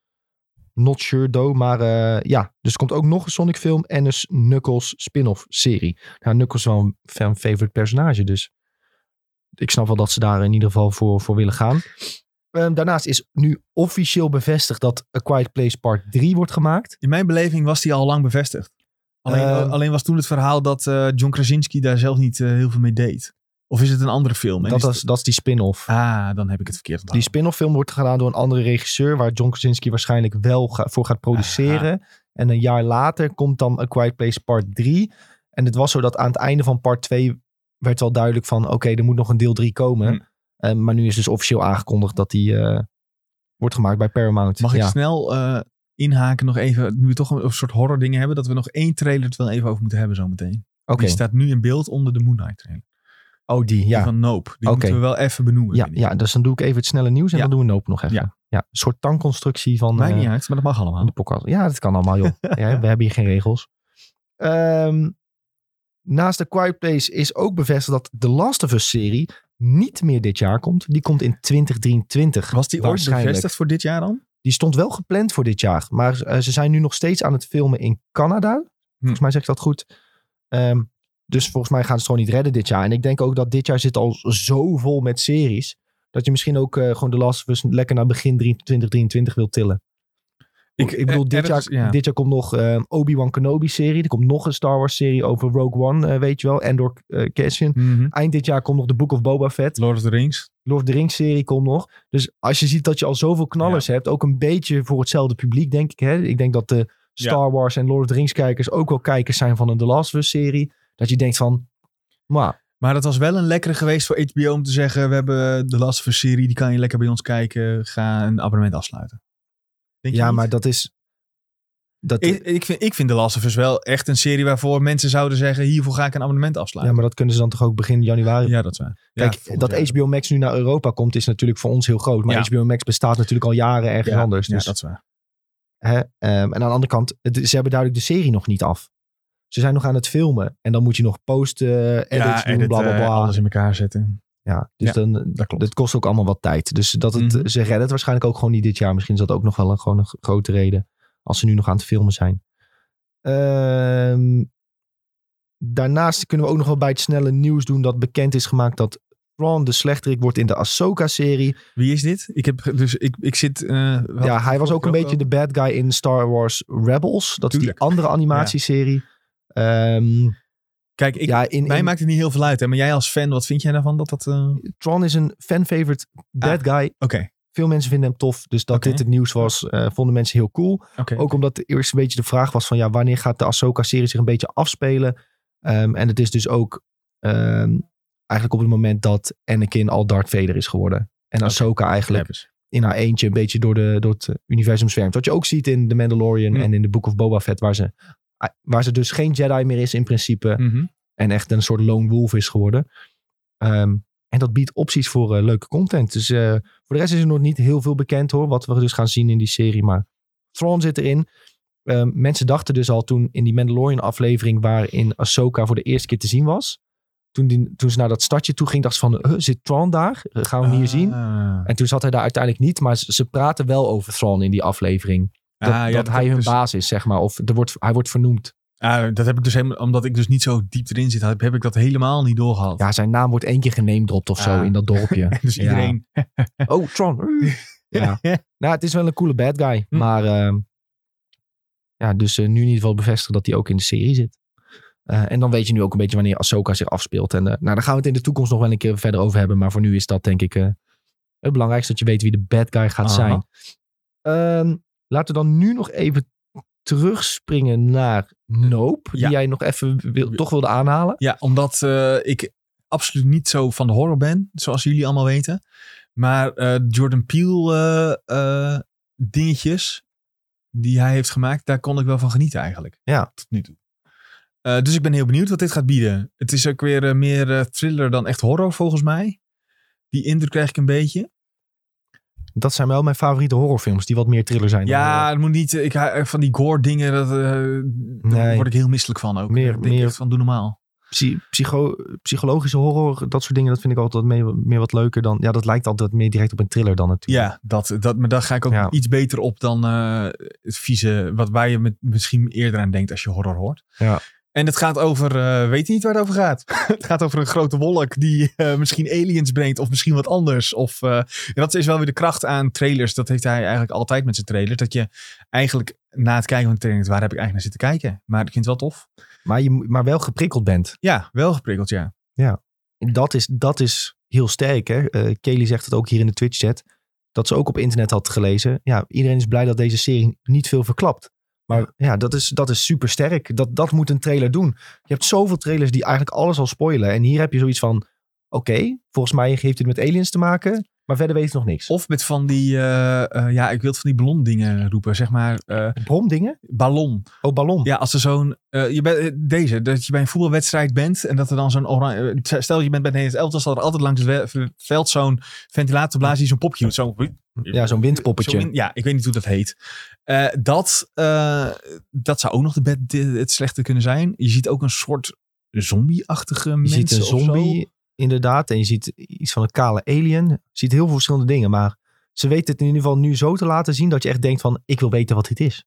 S1: Not sure though, maar eh, ja. Dus er komt ook nog een Sonic film en een Knuckles spin-off serie. Nou, Knuckles is wel een fan favorite personage, dus ik snap wel dat ze daar in ieder geval voor, voor willen gaan. Ehm, daarnaast is nu officieel bevestigd dat A Quiet Place Part 3 wordt gemaakt.
S2: In mijn beleving was die al lang bevestigd. Alleen,
S1: Ehm.
S2: alleen was toen het verhaal dat eh, John Krasinski daar zelf niet eh, heel veel mee deed. Of is het een andere film? En
S1: Dat,
S2: is
S1: was, dat is die spin-off.
S2: het- Ah, dan heb ik het
S1: Die
S2: verkeerd onthouden.
S1: spin-off film wordt gedaan door een andere regisseur, waar John Krasinski waarschijnlijk wel ga- voor gaat produceren. En een jaar later komt dan A Quiet Place Part 3. En het was zo dat aan het einde van part 2 werd wel duidelijk van, oké, er moet nog een deel 3 komen.
S2: Hm.
S1: Eh, maar nu is dus officieel aangekondigd dat die eh, wordt gemaakt bij Paramount.
S2: Mag ik
S1: ja.
S2: snel eh, inhaken nog even, nu we toch een, een soort horror dingen hebben, dat we nog één trailer het wel even over moeten hebben zometeen.
S1: Oké.
S2: Die staat nu in beeld onder de Moon Knight trailer.
S1: Oh, die,
S2: Die
S1: ja.
S2: van Nope. Die
S1: Oké.
S2: moeten we wel even benoemen.
S1: Ja,
S2: vind ik.
S1: ja, dus dan doe ik even het snelle nieuws en
S2: Ja.
S1: dan doen we Noop nog even. Ja.
S2: Ja.
S1: een soort tankconstructie van...
S2: Maakt
S1: eh,
S2: niet uit, maar dat mag
S1: aan
S2: allemaal.
S1: de podcast. Ja, dat kan allemaal, joh. ja, we hebben hier geen regels. Ehm, naast de Quiet Place is ook bevestigd dat de Last of Us-serie niet meer dit jaar komt. Die komt in 2023.
S2: Was die ooit
S1: waarschijnlijk.
S2: bevestigd voor dit jaar dan?
S1: Die stond wel gepland voor dit jaar. Maar eh, ze zijn nu nog steeds aan het filmen in Canada.
S2: Hm.
S1: Volgens mij zeg ik dat goed. Ehm, dus volgens mij gaan ze het gewoon niet redden dit jaar. En ik denk ook dat dit jaar zit al zo vol met series. Dat je misschien ook eh, gewoon de Last of Us lekker naar begin 2023 wil tillen. Ik, ik bedoel,
S2: eh,
S1: dit,
S2: ergens-
S1: jaar,
S2: ja.
S1: dit jaar komt nog eh, Obi-Wan Kenobi-serie. Er komt nog een Star Wars-serie over Rogue One, eh, weet je wel. Endor eh Cassian.
S2: Mhm.
S1: Eind dit jaar komt nog The Book of Boba Fett.
S2: Lord of the Rings.
S1: Lord of the Rings-serie komt nog. Dus als je ziet dat je al zoveel knallers hebt... ook een beetje voor hetzelfde publiek, denk ik. Hè? Ik denk dat de Star Wars en Lord of the Rings-kijkers... ook wel kijkers zijn van een The Last of Us-serie. Dat je denkt van... Maar
S2: Maar dat was wel een lekkere geweest voor HBO om te zeggen, we hebben de Last of Us serie, die kan je lekker bij ons kijken. Ga een abonnement afsluiten. Denk je
S1: ja,
S2: niet?
S1: maar dat is... Dat,
S2: Ik, ik, vind, ik vind The Last of Us wel echt een serie waarvoor mensen zouden zeggen, hiervoor ga ik een abonnement
S1: ja,
S2: afsluiten.
S1: maar dat kunnen ze dan toch ook begin januari
S2: Ja, dat is waar. Ja,
S1: Kijk,
S2: volgend
S1: dat
S2: jaar.
S1: HBO Max nu naar Europa komt, is natuurlijk voor ons heel groot. Maar
S2: Ja.
S1: HBO Max bestaat natuurlijk al jaren ergens
S2: Ja,
S1: anders.
S2: Ja,
S1: Dus,
S2: dat is waar.
S1: hè, ehm, en aan de andere kant, het- ze hebben duidelijk de serie nog niet af. Ze zijn nog aan het filmen. En dan moet je nog posten, edits
S2: ja,
S1: doen,
S2: edit,
S1: bla bla
S2: eh,
S1: bla.
S2: alles in elkaar zetten.
S1: ja, dus
S2: Ja,
S1: dan,
S2: dat klopt.
S1: dat kost ook allemaal wat tijd. Dus dat het,
S2: Mhm.
S1: ze redden het waarschijnlijk ook gewoon niet dit jaar. Misschien is dat ook nog wel een, gewoon een gro- grote reden. Als ze nu nog aan het filmen zijn. Ehm, daarnaast kunnen we ook nog wel bij het snelle nieuws doen dat bekend is gemaakt dat Thrawn de slechterik wordt in de Ahsoka-serie.
S2: Wie is dit? Ik, heb, dus ik, ik zit... eh, we
S1: Ja,
S2: hadden
S1: hij was
S2: vorige
S1: ook een
S2: keer
S1: beetje de bad guy in Star Wars Rebels. Dat is
S2: Tuurlijk.
S1: die andere animatieserie. Ehm,
S2: Kijk, ik,
S1: ja, in,
S2: mij
S1: in-
S2: maakt het niet heel veel uit, hè, maar jij als fan, wat vind jij daarvan dat dat... eh, Oké.
S1: Tron is een fan-favorite bad
S2: Ah.
S1: guy. Veel mensen vinden hem tof. Dus dat
S2: Oké.
S1: dit het nieuws was, eh, vonden mensen heel cool.
S2: oké.
S1: Ook omdat eerst een beetje de vraag was van... ja, wanneer gaat de Ahsoka-serie zich een beetje afspelen? Ehm, en het is dus ook ehm, eigenlijk op het moment dat Anakin al Darth Vader is geworden. En Ahsoka eigenlijk
S2: Leppers.
S1: in haar eentje een beetje door, de, door het eh, universum zwermt. Wat je ook ziet in The Mandalorian
S2: Hmm.
S1: en in The Book of Boba Fett, waar ze, ah, waar ze dus geen Jedi meer is in principe.
S2: Mhm.
S1: En echt een soort lone wolf is geworden. Ehm, En dat biedt opties voor eh, leuke content. Dus eh, voor de rest is er nog niet heel veel bekend hoor. Wat we dus gaan zien in die serie. Maar Thrawn zit erin. Eh, mensen dachten dus al toen in die Mandalorian aflevering. Waarin Ahsoka voor de eerste keer te zien was. Toen, die, toen ze naar dat stadje toe ging. Dacht ze van eh, zit Thrawn daar? Eh, gaan we hem hier zien?
S2: Ah.
S1: En toen zat hij daar uiteindelijk niet. Maar ze, ze praten wel over Thrawn in die aflevering. Dat,
S2: Ah, ja,
S1: dat hij
S2: heb
S1: hun
S2: ik dus-
S1: baas is zeg maar. Of er wordt, hij wordt vernoemd.
S2: Ah, dat heb ik dus helemaal, omdat ik dus niet zo diep erin zit, heb, heb ik dat helemaal niet doorgehad.
S1: Ja, zijn naam wordt één keer geneemdropt of zo
S2: Ah.
S1: in dat dorpje.
S2: Dus iedereen.
S1: Ja. Oh, Tron. Ja. Nou, het is wel een coole bad guy.
S2: Hm.
S1: Maar ehm, ja, dus eh, nu in ieder geval bevestigen dat hij ook in de serie zit. Eh, en dan weet je nu ook een beetje wanneer Ahsoka zich afspeelt. En eh, nou, daar gaan we het in de toekomst nog wel een keer verder over hebben. Maar voor nu is dat denk ik eh, het belangrijkste. Dat je weet wie de bad guy gaat
S2: Aha.
S1: zijn. Ehm, laten we dan nu nog even terugspringen naar Nope.
S2: Ja.
S1: Die jij nog even wil, toch wilde aanhalen.
S2: Ja, omdat eh, ik absoluut niet zo van de horror ben, zoals jullie allemaal weten. Maar eh, Jordan Peele eh, eh, dingetjes die hij heeft gemaakt, daar kon ik wel van genieten eigenlijk.
S1: Ja.
S2: Tot nu toe. Eh, dus ik ben heel benieuwd wat dit gaat bieden. Het is ook weer eh, meer eh, thriller dan echt horror volgens mij. Die indruk krijg ik een beetje.
S1: Dat zijn wel mijn favoriete horrorfilms. Die wat meer thriller zijn. dan eh,
S2: Ja,
S1: horror.
S2: het moet niet. eh, Ik, hou- van die gore dingen, dat, eh, daar
S1: Nee.
S2: word ik heel misselijk van ook.
S1: Meer-
S2: Ik denk
S1: meer-
S2: echt van doe normaal.
S1: Psy- psycho- psychologische horror, dat soort dingen, dat vind ik altijd mee- meer wat leuker dan. Ja, dat lijkt altijd meer direct op een thriller dan natuurlijk.
S2: Ja, dat, dat, maar daar ga ik ook
S1: Ja.
S2: iets beter op dan eh, het vieze, wat waar je met, misschien eerder aan denkt als je horror hoort.
S1: Ja.
S2: En het gaat over, eh, weet je niet waar het over gaat? het gaat over een grote wolk die eh, misschien aliens brengt of misschien wat anders. Of, eh, en dat is wel weer de kracht aan trailers. Dat heeft hij eigenlijk altijd met zijn trailers. Dat je eigenlijk na het kijken van de trailer denkt, waar heb ik eigenlijk naar zitten kijken? Maar ik vind het wel tof.
S1: Maar, je, moet- maar wel geprikkeld bent.
S2: Ja, wel geprikkeld, ja.
S1: En Dat is, dat is heel sterk. Hè? Eh, Kelly zegt het ook hier in de Twitch-chat. Dat ze ook op internet had gelezen. Ja, iedereen is blij dat deze serie niet veel verklapt. Maar ja, dat is, dat is super sterk. Dat, dat moet een trailer doen. Je hebt zoveel trailers die eigenlijk alles al spoilen. En hier heb je zoiets van: oké, volgens mij heeft dit met aliens te maken. Maar verder weet ik nog niks.
S2: Of met van die, eh, eh, ja, ik wil het van die ballon dingen roepen. Zeg maar, eh,
S1: Bromdingen?
S2: ballon.
S1: Oh, ballon.
S2: Ja, als er zo'n. eh, je bent eh, deze, dat je bij een voetbalwedstrijd bent en dat er dan zo'n oranje. eh, Stel je bent bij Nederlands elftal, staat er altijd langs het we- v- veld zo'n ventilatorblaas die zo'n popje doet. Zo'n
S1: Ja, zo'n windpoppetje.
S2: zo'n- ja, ik weet niet hoe dat heet. Eh, dat, eh, dat zou ook nog de bed, de- het slechte kunnen zijn. Je ziet ook een soort zombie-achtige
S1: Je
S2: mensen.
S1: ziet een
S2: of zo.
S1: zombie, inderdaad. En je ziet iets van een kale alien. Je ziet heel veel verschillende dingen. Maar ze weten het in ieder geval nu zo te laten zien... dat je echt denkt van, ik wil weten wat dit is.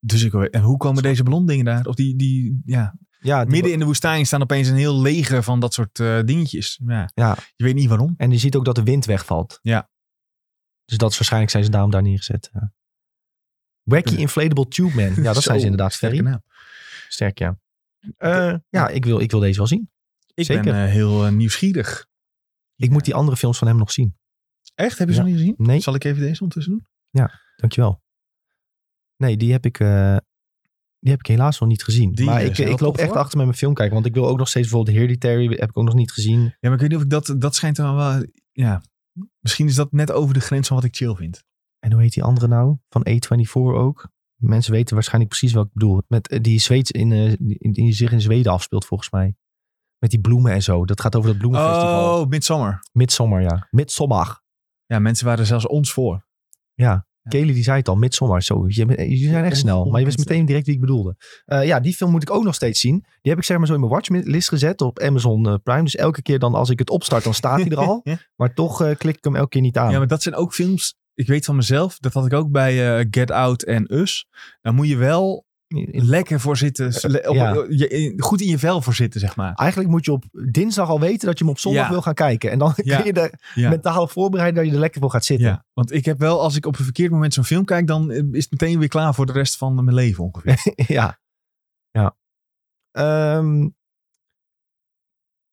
S2: Dus ik, en hoe komen deze blondingen daar? Of die, die ja.
S1: Ja, die-
S2: midden in de woestijn staan opeens een heel leger van dat soort eh, dingetjes. Ja.
S1: Ja.
S2: Je weet niet waarom.
S1: En je ziet ook dat de wind wegvalt.
S2: Ja.
S1: Dus dat is waarschijnlijk zijn ze daarom daar neergezet. Ja. Wacky
S2: Kunnen.
S1: Inflatable Tube Man. Ja, dat
S2: Zo, nou.
S1: zijn ze inderdaad.
S2: sterke
S1: Ferry.
S2: naam.
S1: Sterk, ja. Eh, ja, ik wil, ik wil deze wel zien.
S2: Ik
S1: Zeker.
S2: ben eh, heel eh, nieuwsgierig.
S1: Ik moet die andere films van hem nog zien.
S2: Echt? Heb je ze
S1: Ja.
S2: nog niet gezien?
S1: Nee.
S2: Zal ik even deze ondertussen doen?
S1: Dankjewel. Nee, die heb ik, eh, die heb ik helaas nog niet gezien.
S2: Die
S1: maar
S2: is
S1: ik,
S2: heel
S1: ik loop
S2: tof,
S1: echt
S2: hoor.
S1: achter met mijn film kijken. Want ik wil ook nog steeds bijvoorbeeld Hereditary heb ik ook nog niet gezien.
S2: Ja, maar ik weet niet of ik dat... Dat schijnt dan wel... Ja. Misschien is dat net over de grens van wat ik chill vind.
S1: En hoe heet die andere nou? Van A24 ook. Mensen weten waarschijnlijk precies wat ik bedoel. Met eh, die Zweeds in, eh, die, die zich in Zweden afspeelt volgens mij. Met die bloemen en zo. Dat gaat over dat bloemenfestival.
S2: Oh, Midsummer.
S1: Midsommar, ja. Midsommar.
S2: Ja, mensen waren er zelfs ons voor.
S1: Ja.
S2: Ja.
S1: Kelly die zei het al, Midsommar. Zo, je bent- eh, jullie zijn echt
S2: ben
S1: snel. Maar je wist
S2: onbekend.
S1: meteen direct wie ik bedoelde. Eh, ja, die film moet ik ook nog steeds zien. Die heb ik zeg maar zo in mijn watchlist gezet op Amazon eh, Prime. Dus elke keer dan als ik het opstart, dan staat hij er al. Maar toch eh, klik ik hem elke keer niet aan.
S2: Ja, maar dat zijn ook films... Ik weet van mezelf, dat had ik ook bij eh, Get Out en Us. Dan moet je wel lekker voor zitten. s- le- op-
S1: Ja.
S2: je- in- goed in je vel voor zitten, zeg maar.
S1: Eigenlijk moet je op dinsdag al weten dat je hem op zondag
S2: Ja.
S1: wil gaan kijken. En dan
S2: Ja.
S1: kun je er
S2: Ja.
S1: mentaal voorbereiden dat je er lekker voor gaat zitten.
S2: Ja, want ik heb wel, als ik op een verkeerd moment zo'n film kijk, dan eh, is het meteen weer klaar voor de rest van mijn leven ongeveer.
S1: ja. ja. Ehm,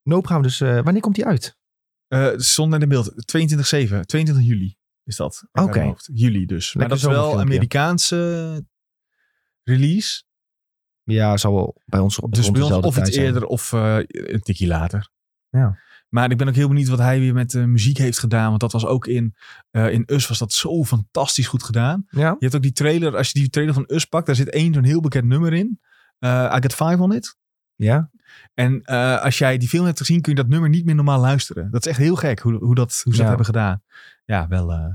S1: nope gaan we dus... eh, wanneer komt die uit?
S2: Eh Zonder in beeld, 22-7, 22 juli is dat. uit mijn
S1: Oké.
S2: hoofd. Juli dus. maar dat is wel
S1: zomerfilmpje.
S2: Amerikaanse release.
S1: Ja, zal wel bij ons op
S2: Dus bij ons
S1: dezelfde
S2: of iets
S1: tijd zijn.
S2: eerder of eh, een tikje later.
S1: Ja.
S2: Maar ik ben ook heel benieuwd wat hij weer met de muziek heeft gedaan. Want dat was ook in, eh, in Us was dat zo fantastisch goed gedaan.
S1: Ja?
S2: Je hebt ook die trailer, als je die trailer van Us pakt, daar zit één zo'n heel bekend nummer in. Eh I Got Five On It.
S1: Ja?
S2: En eh, als jij die film hebt gezien, kun je dat nummer niet meer normaal luisteren. Dat is echt heel gek hoe, hoe, dat, hoe ze
S1: Ja.
S2: dat hebben gedaan. Ja, wel eh,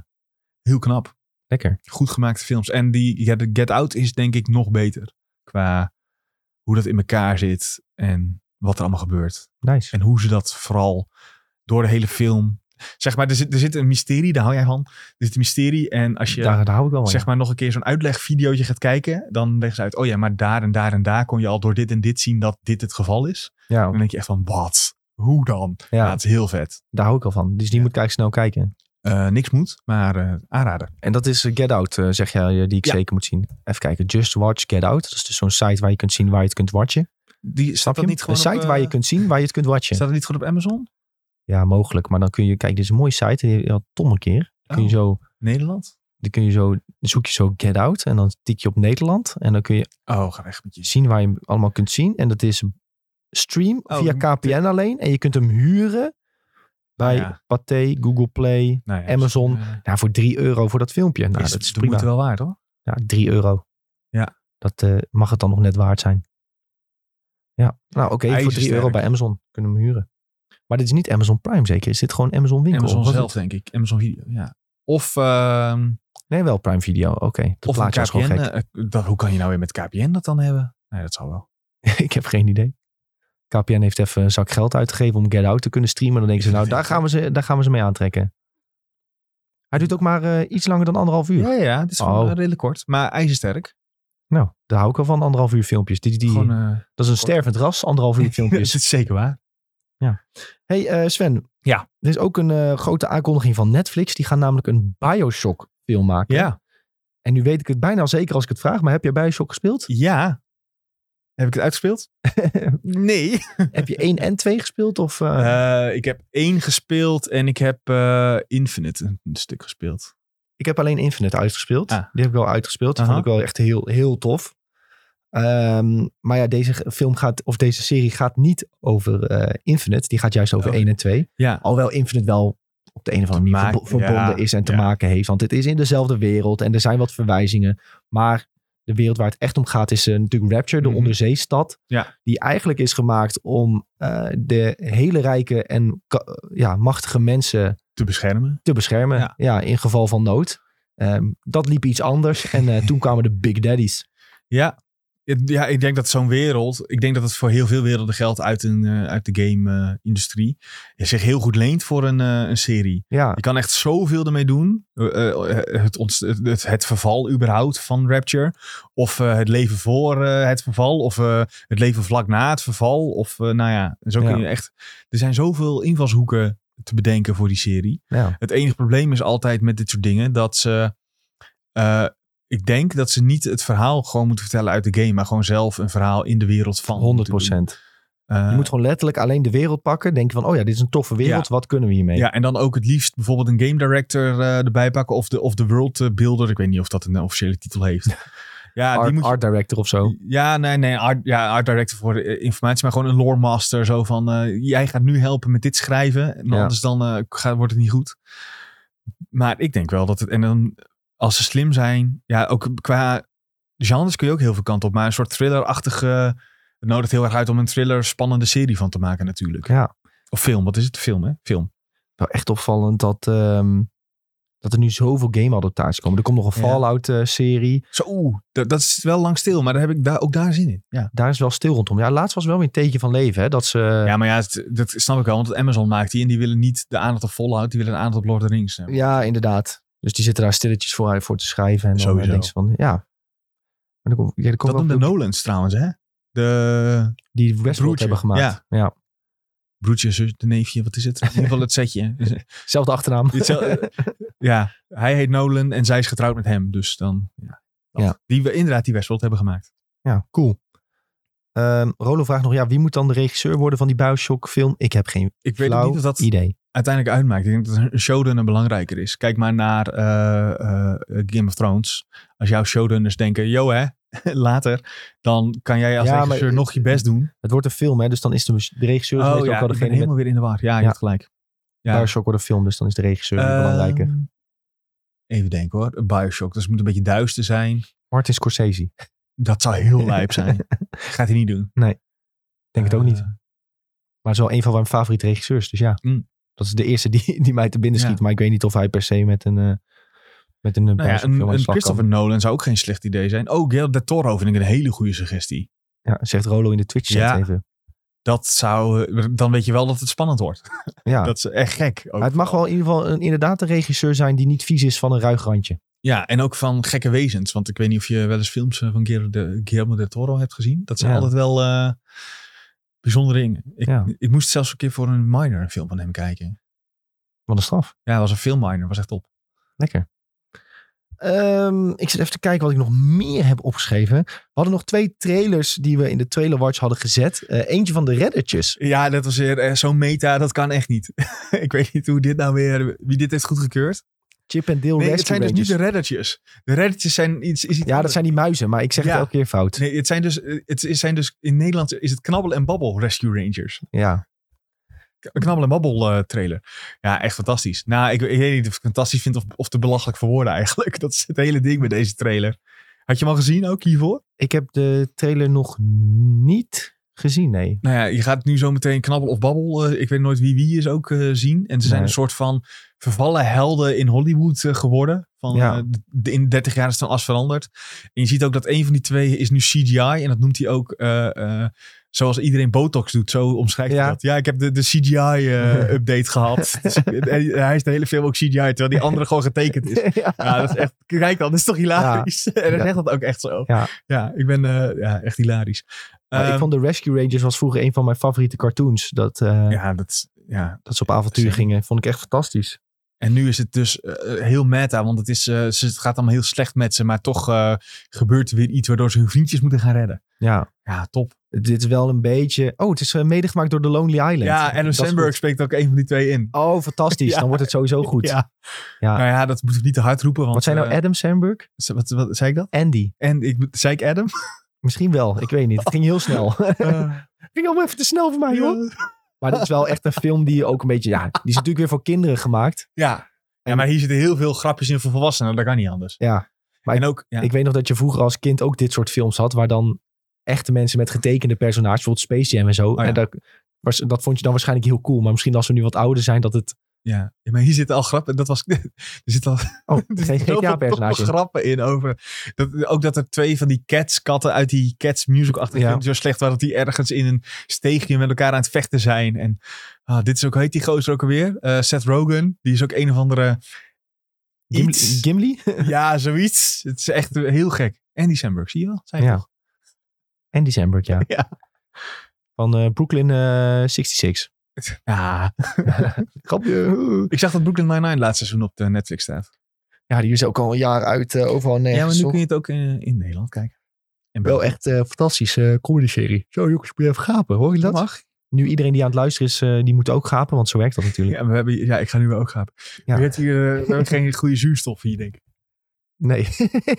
S2: heel knap.
S1: Lekker.
S2: Goed gemaakte films. En die ja, de Get Out is denk ik nog beter. Qua hoe dat in elkaar zit en wat er allemaal gebeurt.
S1: Nice.
S2: En hoe ze dat vooral door de hele film. Zeg maar, er zit, er zit een mysterie, daar hou jij van. Er zit een mysterie. En als je
S1: daar, daar hou ik wel van.
S2: zeg maar nog een keer zo'n uitlegvideootje gaat kijken, dan leggen ze uit: oh ja, maar daar en daar en daar kon je al door dit en dit zien dat dit het geval is.
S1: ja.
S2: Dan denk je echt van: wat? Hoe dan? Ja,
S1: Ja,
S2: het is heel vet.
S1: daar hou ik al van. Dus die
S2: Ja.
S1: moet ik eigenlijk snel kijken.
S2: Eh, niks moet, maar eh, aanraden.
S1: En dat is eh, Get Out, eh, zeg jij, eh, die ik
S2: Ja.
S1: zeker moet zien. Even kijken. Just Watch Get Out. Dat is dus zo'n site waar je kunt zien waar je het kunt watchen.
S2: Die,
S1: Snap je?
S2: staat dat
S1: hem?
S2: niet gewoon
S1: een site
S2: op, eh,
S1: waar je kunt zien waar je het kunt watchen.
S2: Staat dat niet gewoon op Amazon?
S1: Ja, mogelijk. Maar dan kun je... Kijk, dit is een mooie site. Die had Tom een keer. Dan kun je
S2: Oh.
S1: zo...
S2: Nederland?
S1: Dan kun je zo, dan zoek je zo Get Out en dan tik je op Nederland. En dan kun je
S2: Oh, ga weg met je.
S1: zien waar je hem allemaal kunt zien. En dat is stream
S2: Oh,
S1: via
S2: dan moet
S1: KPN alleen. En je kunt hem huren bij
S2: Ja.
S1: Pathé, Google Play.
S2: Nou ja,
S1: Amazon.
S2: dus, eh,
S1: Ja, voor 3 euro voor dat filmpje. Nou,
S2: is,
S1: dat is
S2: de moeite
S1: prima.
S2: wel waard hoor.
S1: Ja, 3 euro.
S2: Ja.
S1: Dat eh, mag het dan nog net waard zijn. Ja, nou oké, voor 3
S2: IJzersterk.
S1: euro bij Amazon kunnen we hem huren. Maar dit is niet Amazon Prime zeker? Is dit gewoon Amazon Winkel?
S2: Amazon
S1: Of was
S2: zelf, denk ik. Amazon Video, ja. Of, ehm
S1: het- Nee, wel Prime Video. Oké, dat
S2: of een
S1: plaatje is
S2: KPN.
S1: gewoon gek.
S2: eh, dat, hoe kan je nou weer met KPN dat dan hebben? Nee, dat zal wel.
S1: ik heb geen idee. KPN heeft even een zak geld uitgegeven om Get Out te kunnen streamen. Dan denken ze, nou, daar gaan we ze, daar gaan we ze mee aantrekken. Hij doet ook maar eh, iets langer dan anderhalf uur.
S2: Ja, ja, ja, het is
S1: Oh.
S2: gewoon eh, redelijk kort. Maar ijzersterk.
S1: Nou, daar hou ik al van, anderhalf uur filmpjes. Die, die,
S2: Gewoon, eh, dus-
S1: dat is een stervend ras, anderhalf uur
S2: dat is
S1: filmpjes.
S2: het zeker waar.
S1: hey eh, Sven.
S2: Ja.
S1: Er is ook een eh, grote aankondiging van Netflix. Die gaan namelijk een Bioshock film maken.
S2: Ja,
S1: En nu weet ik het bijna al zeker als ik het vraag. Maar heb je Bioshock gespeeld?
S2: ja. Heb ik het uitgespeeld? nee.
S1: heb je 1 en 2 gespeeld? Of, eh,
S2: Eh, ik heb één gespeeld en ik heb eh, Infinite een, een stuk gespeeld.
S1: Ik heb alleen Infinite uitgespeeld.
S2: Ah.
S1: Die heb ik wel uitgespeeld. Die
S2: Aha.
S1: vond ik wel echt heel, heel tof. Ehm, maar ja, deze g- film gaat, of deze serie gaat niet over eh, Infinite. Die gaat juist over
S2: Oh.
S1: 1 en 2.
S2: Ja,
S1: Alhoewel Infinite wel op de een of
S2: Te
S1: andere manier
S2: maken-
S1: verbo- verbonden
S2: ja,
S1: is en te
S2: ja.
S1: maken heeft. Want het is in dezelfde wereld en er zijn wat verwijzingen. Maar de wereld waar het echt om gaat is eh, natuurlijk Rapture, de
S2: Mhm.
S1: onderzeestad.
S2: Ja.
S1: Die eigenlijk is gemaakt om eh, de hele rijke en ka- ja, machtige mensen
S2: te beschermen.
S1: te beschermen. Ja,
S2: Ja.
S1: in geval van nood. Ehm, dat liep iets anders. En eh, toen kwamen de Big Daddies.
S2: Ja. Het- Ja, ik denk dat zo'n wereld, ik denk dat het voor heel veel werelden geldt uit, een, eh, uit de game-industrie, zich heel goed leent voor een, eh, een serie.
S1: Ja,
S2: Je kan echt zoveel ermee doen. Eh, eh, het, ontst- het, het verval überhaupt van Rapture. Of eh, het leven voor eh, het verval. Of eh, het leven vlak na het verval. Of eh, nou ja, zo
S1: Ja.
S2: kun je echt... Er zijn zoveel invalshoeken te bedenken voor die serie.
S1: ja,
S2: Het enige probleem is altijd met dit soort dingen dat ze... eh, ik denk dat ze niet het verhaal gewoon moeten vertellen uit de game, maar gewoon zelf een verhaal in de wereld van.
S1: 100
S2: moeten doen.
S1: procent.
S2: Eh,
S1: Je moet gewoon letterlijk alleen de wereld pakken. Denken van, oh ja, dit is een toffe wereld. Wat kunnen we hiermee?
S2: Ja, en dan ook het liefst bijvoorbeeld een game director eh, erbij pakken of de, of de world eh, builder. Ik weet niet of dat een officiële titel heeft. Ja,
S1: art,
S2: die moet je-
S1: art director of zo.
S2: ja, nee, nee. Art, ja, art director voor eh, informatie, maar gewoon een lore master. Zo van, eh, jij gaat nu helpen met dit schrijven. En
S1: Ja.
S2: Anders dan eh, gaat, wordt het niet goed. Maar ik denk wel dat het... En dan, als ze slim zijn... Ja, ook qua genres kun je ook heel veel kant op. Maar een soort thriller-achtige... Het nodigt heel erg uit om een thriller spannende serie van te maken natuurlijk.
S1: Ja,
S2: Of film, wat is het? Film, hè? Film.
S1: wel echt opvallend dat, ehm, dat er nu zoveel game-adaptaties komen. Er komt nog een eh,
S2: Ja.
S1: Fallout-serie.
S2: Zo, oeh, dat, dat is wel lang stil, maar daar heb ik daar, ook daar zin in. Ja,
S1: Daar is wel stil rondom. Ja, laatst was wel weer een teetje van leven. Hè, dat ze, ja,
S2: ja maar ja, het- dat snap ik wel, want Amazon maakt die en die willen niet de aandacht op Fallout, die willen de aandacht op Lord of the Rings. hebben.
S1: inderdaad. Dus die zitten daar stilletjes voor, voor te schrijven. En dan eh,
S2: Sowieso.
S1: denken ze van, ja. Maar er komt- ja, er komt
S2: dat
S1: wel
S2: doen de Nolans trouwens, hè? De
S1: die Westworld
S2: Broertje,
S1: hebben gemaakt. Ja.
S2: ja. broertje, zus, de neefje, wat is het? In ieder geval het setje.
S1: Zelfde achternaam.
S2: Hetzelfde- ja, hij heet Nolan en zij is getrouwd met hem, dus dan... Ja, dat.
S1: Ja.
S2: Die we inderdaad die Westworld hebben gemaakt.
S1: Ja, cool. Ehm, Rolo vraagt nog, ja, wie moet dan de regisseur worden van die Bioshock film? Ik heb geen
S2: Ik weet
S1: flauw
S2: niet of dat
S1: idee.
S2: uiteindelijk uitmaakt. Ik denk dat een showrunner belangrijker is. Kijk maar naar eh, eh, Game of Thrones. Als jouw showrunners denken, yo hè, later, dan kan jij als
S1: Ja, maar-
S2: regisseur nog je best doen.
S1: Het wordt een film, hè, dus dan is de, de regisseur is meestal
S2: Oh ja,
S1: ook wel
S2: ik ben
S1: degene met
S2: helemaal weer in de war. Ja, je
S1: Ja.
S2: hebt gelijk. Ja.
S1: Bioshock wordt een film, dus dan is de regisseur weer belangrijker.
S2: Ehm, Even denken hoor. Bioshock, dus het moet een beetje duister zijn.
S1: Martin Scorsese.
S2: Dat zou heel lijp zijn. Gaat hij niet doen.
S1: Nee. Denk het ook niet.
S2: Eh,
S1: Maar het is wel een van mijn favoriete regisseurs. Dus ja,
S2: Mm.
S1: dat is de eerste die, die mij te binnen
S2: Ja.
S1: schiet. Maar ik weet niet of hij per se met een, eh met een eh,
S2: Nou ja,
S1: Bioshock
S2: een,
S1: film aan de
S2: een
S1: slag kan.
S2: Christopher Nolan zou ook geen slecht idee zijn. Oh, Guillermo del Toro vind ik een hele goede suggestie.
S1: Ja, zegt Rolo in de Twitch chat
S2: Ja.
S1: even.
S2: Dat zou, eh, dan weet je wel dat het spannend wordt.
S1: Ja.
S2: Dat is echt gek. ook.
S1: Maar het mag wel in ieder geval een, inderdaad een regisseur zijn die niet vies is van een ruig randje.
S2: Ja, en ook van gekke wezens. Want ik weet niet of je wel eens films eh, van Guillermo de- Guillermo del Toro hebt gezien. Dat zijn
S1: Ja.
S2: altijd wel eh, bijzondere dingen. Ik,
S1: Ja.
S2: ik moest zelfs een keer voor een minor een film van hem kijken.
S1: Wat een straf.
S2: Ja, het was een film minor. was echt top.
S1: Lekker. Ehm, ik zit even te kijken wat ik nog meer heb opgeschreven. We hadden nog twee trailers die we in de trailer watch hadden gezet. Eh, eentje van de reddertjes.
S2: Ja, dat was weer eh, zo'n meta. Dat kan echt niet. ik weet niet hoe dit nou weer... Wie dit heeft goedgekeurd.
S1: Chip en Dale
S2: Nee, het
S1: Rescue
S2: zijn dus niet de
S1: Rangers.
S2: reddertjes. De reddertjes zijn iets... Is iets
S1: Ja, dat zijn die muizen, maar ik zeg
S2: Ja.
S1: het elke keer fout.
S2: Nee, het zijn dus... eh, Het is- zijn dus in Nederland is het Knabbel en Babbel Rescue Rangers.
S1: Ja.
S2: Een Knabbel en Babbel eh, trailer. Ja, echt fantastisch. Nou, ik, ik weet niet of ik het fantastisch vind of, of te belachelijk voor woorden eigenlijk. Dat is het hele ding met deze trailer. Had je hem al gezien ook hiervoor?
S1: Ik heb de trailer nog niet gezien, nee.
S2: Nou ja, je gaat nu zo meteen Knabbel of Babbel, eh, ik weet nooit wie wie is, ook eh, zien. En ze zijn
S1: Nee.
S2: een soort van vervallen helden in Hollywood eh, geworden. Van,
S1: Ja.
S2: eh, d- in 30 jaar is het dan as veranderd. En je ziet ook dat een van die twee is nu CGI. En dat noemt hij ook, eh, eh, zoals iedereen Botox doet, zo omschrijft hij
S1: Ja.
S2: dat. Ja, ik heb de, de CGI-update eh, gehad. Dus, eh, hij is de hele film ook CGI, terwijl die andere gewoon getekend is.
S1: ja.
S2: Ja, dat is echt, kijk dan, dat is toch hilarisch. En hij
S1: Ja.
S2: zegt dat ook echt zo.
S1: Ja.
S2: ik ben eh, ja, echt hilarisch.
S1: Maar ik
S2: Ehm,
S1: vond de Rescue Rangers was vroeger een van mijn favoriete cartoons. Dat, eh,
S2: ja, dat is, ja.
S1: dat ze op avontuur
S2: Zeker.
S1: gingen, vond ik echt fantastisch.
S2: En nu is het dus eh, heel meta, want het, is, eh, ze, het gaat allemaal heel slecht met ze, maar toch eh, gebeurt er weer iets waardoor ze hun vriendjes moeten gaan redden.
S1: Ja,
S2: Ja, top.
S1: dit is wel een beetje... Oh, het is eh, medegemaakt door The Lonely Island.
S2: Ja,
S1: Dat
S2: Adam
S1: is goed.
S2: Sandberg spreekt ook een van die twee in.
S1: Oh, fantastisch.
S2: Ja.
S1: Dan wordt het sowieso goed.
S2: Ja.
S1: Ja.
S2: Nou ja, dat moet ik niet te hard roepen. Want,
S1: Wat zijn nou
S2: eh,
S1: Adam Sandberg?
S2: ze- wat, wat zei ik dat?
S1: Andy.
S2: En ik, zei ik Adam?
S1: Misschien wel. Ik weet niet. Het ging heel snel.
S2: Eh,
S1: ging allemaal even te snel
S2: Ah,
S1: voor mij, joh. Maar dit is wel echt een film die ook een beetje... Ja, die is natuurlijk weer voor kinderen gemaakt.
S2: ja. ja, maar hier zitten heel veel grapjes in voor volwassenen. Dat kan niet anders.
S1: Ja. Maar
S2: en ook, ja.
S1: Ik weet nog dat je vroeger als kind ook dit soort films had... waar dan echte mensen met getekende personages... bijvoorbeeld Space Jam en zo.
S2: Oh ja.
S1: En dat, was, dat vond je dan waarschijnlijk heel cool. Maar misschien als we nu wat ouder zijn dat het...
S2: Ja, ja, maar hier zitten al grappen. Dat was, er zitten al
S1: Oh,
S2: er
S1: geen
S2: zitten zoveel
S1: GTA-personage.
S2: domme grappen in over. Dat, ook dat er twee van die cats, katten uit die cats music achter
S1: Ja.
S2: zo slecht waren dat die ergens in een steegje met elkaar aan het vechten zijn. En ah, dit is ook, hoe heet die gozer ook alweer? Eh, Seth Rogen. Die is ook een of andere.
S1: Gimli?
S2: iets.
S1: Gimli?
S2: ja, zoiets. Het is echt heel gek. Andy Samberg, zie je wel? Zijn
S1: Ja.
S2: toch?
S1: Andy Samberg, ja.
S2: Ja.
S1: Van eh, Brooklyn eh, 66.
S2: Ja.
S1: Grapje.
S2: Ik zag dat Brooklyn Nine-Nine laatste seizoen op de Netflix staat.
S1: Ja, die is ook al een jaar uit eh, overal nergens.
S2: ja,
S1: toch?
S2: maar nu kun je het ook eh, in, in Nederland kijken. En
S1: Wel echt een fantastische eh, comedy-serie. Zo, jongens, ik moet even gapen. Hoor je dat?
S2: mag.
S1: Nu iedereen die aan het luisteren is, eh, die moet ook gapen, want zo werkt dat natuurlijk.
S2: Ja, we hebben, ja, ik ga nu ook gapen.
S1: Ja.
S2: Je hebt hier, eh, we hebben geen goede zuurstof hier, denk ik.
S1: Nee,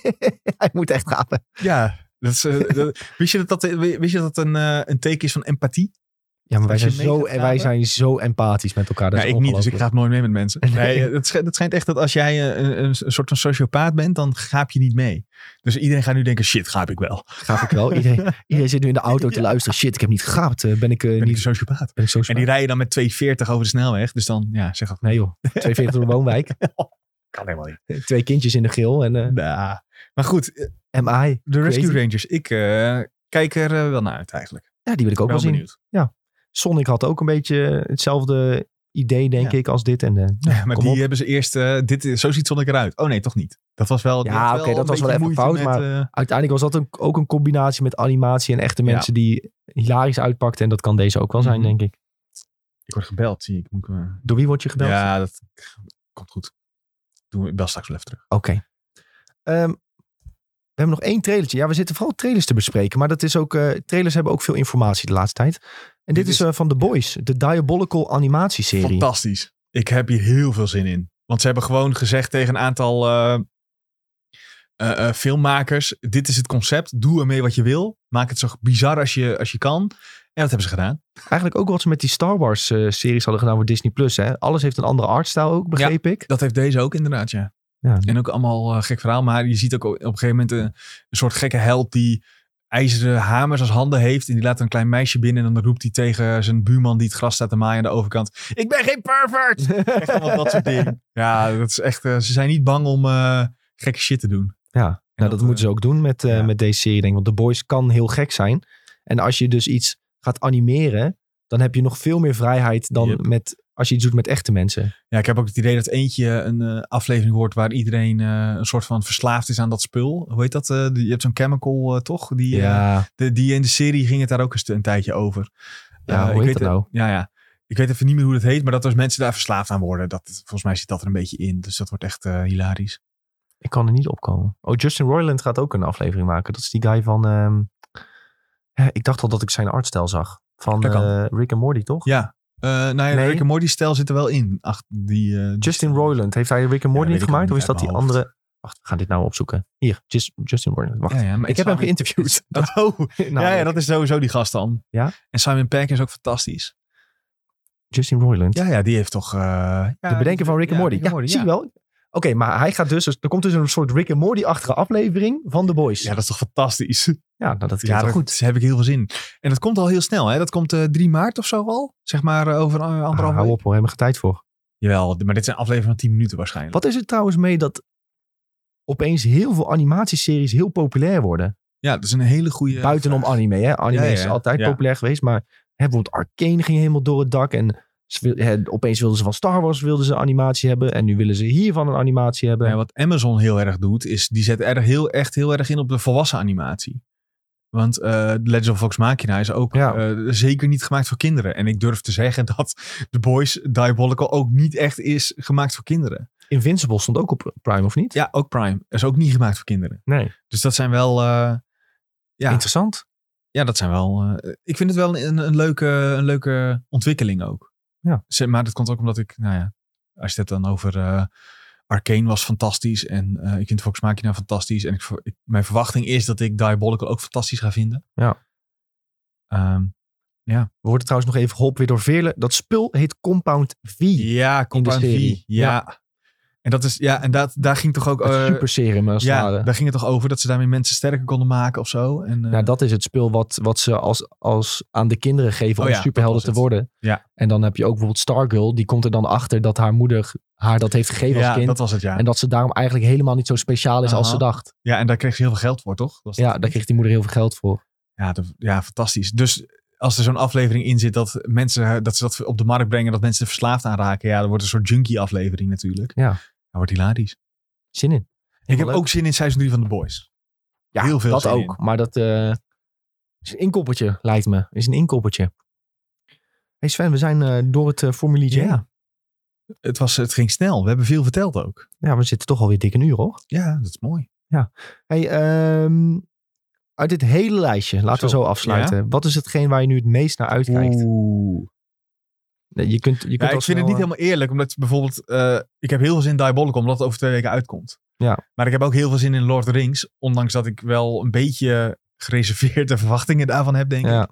S1: hij moet echt gapen.
S2: Ja. Dat is, eh, dat- wist, je dat dat, wist je dat dat een, eh, een teken is van empathie?
S1: Ja, maar wij
S2: Als je
S1: zijn,
S2: mee
S1: zo,
S2: gaat
S1: en wij
S2: gapen?
S1: zijn zo empathisch met elkaar. Dat
S2: nou,
S1: is
S2: ik niet, dus ik
S1: ongelooflijk.
S2: ga nooit mee met mensen.
S1: Nee.
S2: Nee, eh, het, schijnt, het schijnt echt dat als jij eh, een, een soort van sociopaat bent, dan gaap je niet mee. Dus iedereen gaat nu denken, shit, gaap ik wel.
S1: Gaap ik wel. Iedereen, iedereen zit nu in de auto te
S2: Ja.
S1: luisteren. Shit, ik heb niet gegaapt. Eh, Ben ik eh,
S2: Ben ik
S1: niet
S2: een sociopaat?
S1: ben ik zo
S2: En die rijden dan met 240 over de snelweg. Dus dan, ja, zeg dat.
S1: Nee joh, 42 door de woonwijk.
S2: Kan helemaal niet.
S1: Twee kindjes in de geel en eh
S2: Nah. Nou, Maar goed, eh,
S1: MI.
S2: de Rescue
S1: Crazy.
S2: Rangers. Ik eh, kijk er eh, wel naar uit eigenlijk.
S1: Ja, die wil ik ook wel, zien.
S2: benieuwd.
S1: Sonic had ook een beetje hetzelfde idee, denk
S2: Ja.
S1: ik, als dit. En, eh,
S2: Ja, maar
S1: kom
S2: die
S1: op.
S2: hebben ze eerst. eh, dit, is- zo ziet Sonic eruit. Oh nee, toch niet. Dat was wel.
S1: Ja,
S2: die had
S1: oké, dat
S2: een
S1: was wel
S2: beetje
S1: even
S2: moeite
S1: fout,
S2: met, eh,
S1: uiteindelijk was dat een, ook een combinatie met animatie en echte
S2: Ja.
S1: mensen die hilarisch uitpakten. En dat kan deze ook wel zijn,
S2: Mhm.
S1: denk ik.
S2: ik word gebeld, zie ik. Moet ik, eh,
S1: Door wie word je gebeld?
S2: ja, dat komt goed. Doen we ik bel straks wel even terug.
S1: Oké. Ehm, we hebben nog één trailertje. Ja, we zitten vooral trailers te bespreken. Maar dat is ook, eh, trailers hebben ook veel informatie de laatste tijd. En dit,
S2: Dit
S1: is,
S2: is-
S1: eh, van The Boys, de Diabolical animatieserie.
S2: Fantastisch. Ik heb hier heel veel zin in. Want ze hebben gewoon gezegd tegen een aantal eh, eh, eh, filmmakers: dit is het concept. Doe ermee wat je wil. Maak het zo bizar als je, als je kan. En dat hebben ze gedaan.
S1: Eigenlijk ook wat ze met die Star Wars eh, series hadden gedaan voor Disney+. Plus. hè. Alles heeft een andere artstijl ook, begreep ik.
S2: Dat heeft deze ook inderdaad, ja.
S1: Ja,
S2: eh, En ook allemaal eh, gek verhaal. Maar je ziet ook op een gegeven moment een, een soort gekke held die ijzeren hamers als handen heeft. En die laat een klein meisje binnen. En dan roept hij tegen zijn buurman die het gras staat te maaien aan de overkant. Ik ben geen pervert! Echt allemaal dat soort dingen. Ja, dat is echt, eh, ze zijn niet bang om eh, gekke shit te doen.
S1: Ja,
S2: dat,
S1: nou, dat
S2: eh,
S1: moeten ze ook doen met, eh,
S2: ja.
S1: met deze serie, denk ik. Want The Boys kan heel gek zijn. En als je dus iets gaat animeren, dan heb je nog veel meer vrijheid dan
S2: Yep.
S1: met, als je iets doet met echte mensen.
S2: Ja, ik heb ook het idee dat eentje een eh, aflevering wordt waar iedereen eh, een soort van verslaafd is aan dat spul. Hoe heet dat? eh, die- je hebt zo'n chemical eh, toch? Die, eh, de, die in de serie ging het daar ook eens een tijdje over.
S1: Ja,
S2: Eh,
S1: hoe
S2: ik
S1: heet
S2: weet
S1: dat nou?
S2: Ja, ja. Ik weet even niet meer hoe dat heet, maar dat als mensen daar verslaafd aan worden, dat, volgens mij zit dat er een beetje in. Dus dat wordt echt eh, hilarisch.
S1: Ik kan er niet opkomen. Oh, Justin Roiland gaat ook een aflevering maken. Dat is die guy van... ehm, hè, ik dacht al dat ik zijn artstijl zag. Van
S2: Dat kan.
S1: eh, Rick en Morty, toch?
S2: Ja. Eh nou ja,
S1: Nee.
S2: Rick en Morty stijl zit er wel in. Ach, die, eh,
S1: Justin Roiland. Heeft hij Rick en Morty
S2: weet
S1: niet
S2: ik ook
S1: gemaakt? Of
S2: niet
S1: is dat
S2: uit
S1: die
S2: mijn hoofd.
S1: andere... Wacht, we gaan dit nou opzoeken. Hier, Just- Justin Roiland. Wacht. Nou,
S2: Ja, ja, maar
S1: ik heb hem
S2: Simon-
S1: geïnterviewd.
S2: Oh, ja, ja,
S1: Namelijk.
S2: dat is sowieso die gast dan.
S1: Ja?
S2: En Simon Peck is ook fantastisch.
S1: Justin Roiland.
S2: Ja, ja, die heeft toch... eh, ja,
S1: de bedenker
S2: die-
S1: van Rick en
S2: ja,
S1: Morty. Ja, zie
S2: ja.
S1: je wel. Oké, maar hij gaat dus... Er komt dus een soort Rick en Morty-achtige aflevering van The Boys.
S2: Ja,
S1: Ja,
S2: dat is toch fantastisch.
S1: nou, dat
S2: Ja,
S1: klinkt
S2: daar
S1: wel goed.
S2: goed. heb ik heel veel zin in. En dat komt al heel snel. Hè? Dat komt eh 3 maart of zo al. Zeg maar eh, over eh,
S1: Ah,
S2: anderhalf
S1: hou
S2: week.
S1: op hoor, hebben we geen tijd voor.
S2: Jawel, maar dit zijn afleveringen van 10 minuten waarschijnlijk.
S1: Wat is het trouwens mee dat opeens heel veel animatieseries heel populair worden?
S2: Ja, dat is een hele goede...
S1: Buitenom
S2: vraag.
S1: anime, hè. Anime
S2: Ja, ja,
S1: is
S2: ja.
S1: altijd
S2: Ja.
S1: populair geweest, maar hè, bijvoorbeeld Arcane ging helemaal door het dak en... ze wil- hè, opeens wilden ze van Star Wars wilden ze een animatie hebben. En nu willen ze hiervan een animatie hebben.
S2: Ja, wat Amazon heel erg doet, is die zet erg, heel, echt heel erg in op de volwassen animatie. Want eh Legend of Vox Machina is ook
S1: Ja.
S2: eh, zeker niet gemaakt voor kinderen. En ik durf te zeggen dat The Boys Diabolical ook niet echt is gemaakt voor kinderen.
S1: Invincible stond ook op Prime, of niet?
S2: Ja, ook Prime is ook niet gemaakt voor kinderen.
S1: Nee.
S2: Dus dat zijn wel... eh, ja,
S1: Interessant.
S2: ja, dat zijn wel... eh, ik vind het wel een, een, leuke, een leuke ontwikkeling ook.
S1: Ja.
S2: Ze- Maar dat komt ook omdat ik... Nou ja, als je het dan over... eh Arcane was fantastisch en eh, ik vind Vox Machina fantastisch. En ik, ver- ik- mijn verwachting is dat ik Diabolical ook fantastisch ga vinden.
S1: Ja.
S2: Ehm,
S1: We worden trouwens nog even geholpen weer door Veerle. Dat spul heet Compound V.
S2: ja, Compound V. Ja.
S1: serie.
S2: En, dat is, ja, en dat, daar ging toch ook...
S1: Het
S2: eh,
S1: super serum als het
S2: ja,
S1: ware.
S2: daar ging het toch over dat ze daarmee mensen sterker konden maken of zo. En, eh,
S1: Nou, dat is het spul wat, wat ze als, als aan de kinderen geven
S2: Oh
S1: om
S2: ja,
S1: superhelden
S2: dat
S1: te
S2: was het.
S1: worden.
S2: Ja.
S1: En dan heb je ook bijvoorbeeld Stargirl. Die komt er dan achter dat haar moeder haar dat heeft gegeven als
S2: ja,
S1: kind.
S2: dat was het, ja.
S1: En dat ze daarom eigenlijk helemaal niet zo speciaal is als
S2: Aha.
S1: ze dacht.
S2: ja. En daar kreeg ze heel veel geld voor, toch? Was dat
S1: Ja, daar kreeg die moeder heel veel geld voor.
S2: Ja, de- ja, fantastisch. Dus als er zo'n aflevering in zit dat mensen eh, dat ze dat op de markt brengen, dat mensen er verslaafd aan raken, ja, dan wordt het een soort junkie aflevering natuurlijk.
S1: Ja.
S2: Dat wordt hilarisch.
S1: Zin in.
S2: ik heb
S1: leuk.
S2: ook zin in seizoen 3 van The Boys.
S1: Ja,
S2: heel veel
S1: dat
S2: zin
S1: ook. Maar dat eh, is een inkoppertje, lijkt me. Is een inkoppertje. hey Sven, we zijn eh, door het eh, formuliertje
S2: Ja.
S1: heen.
S2: Het, was, het ging snel. We hebben veel verteld ook.
S1: Ja, we zitten toch alweer dik een uur, hoor.
S2: Ja, dat is mooi.
S1: Hey, ehm, uit dit hele lijstje, laten
S2: Zo,
S1: we zo afsluiten. Wat is hetgeen waar je nu het meest naar uitkijkt?
S2: Oeh.
S1: Nee, Je kunt, je kunt al
S2: Ja, ik vind
S1: snel,
S2: het niet
S1: eh,
S2: helemaal eerlijk, omdat bijvoorbeeld, eh, ik heb heel veel zin in Diabolical, omdat het over twee weken uitkomt.
S1: Ja.
S2: Maar ik heb ook heel veel zin in Lord of the Rings, ondanks dat ik wel een beetje gereserveerde verwachtingen daarvan heb, denk ik.
S1: Ja.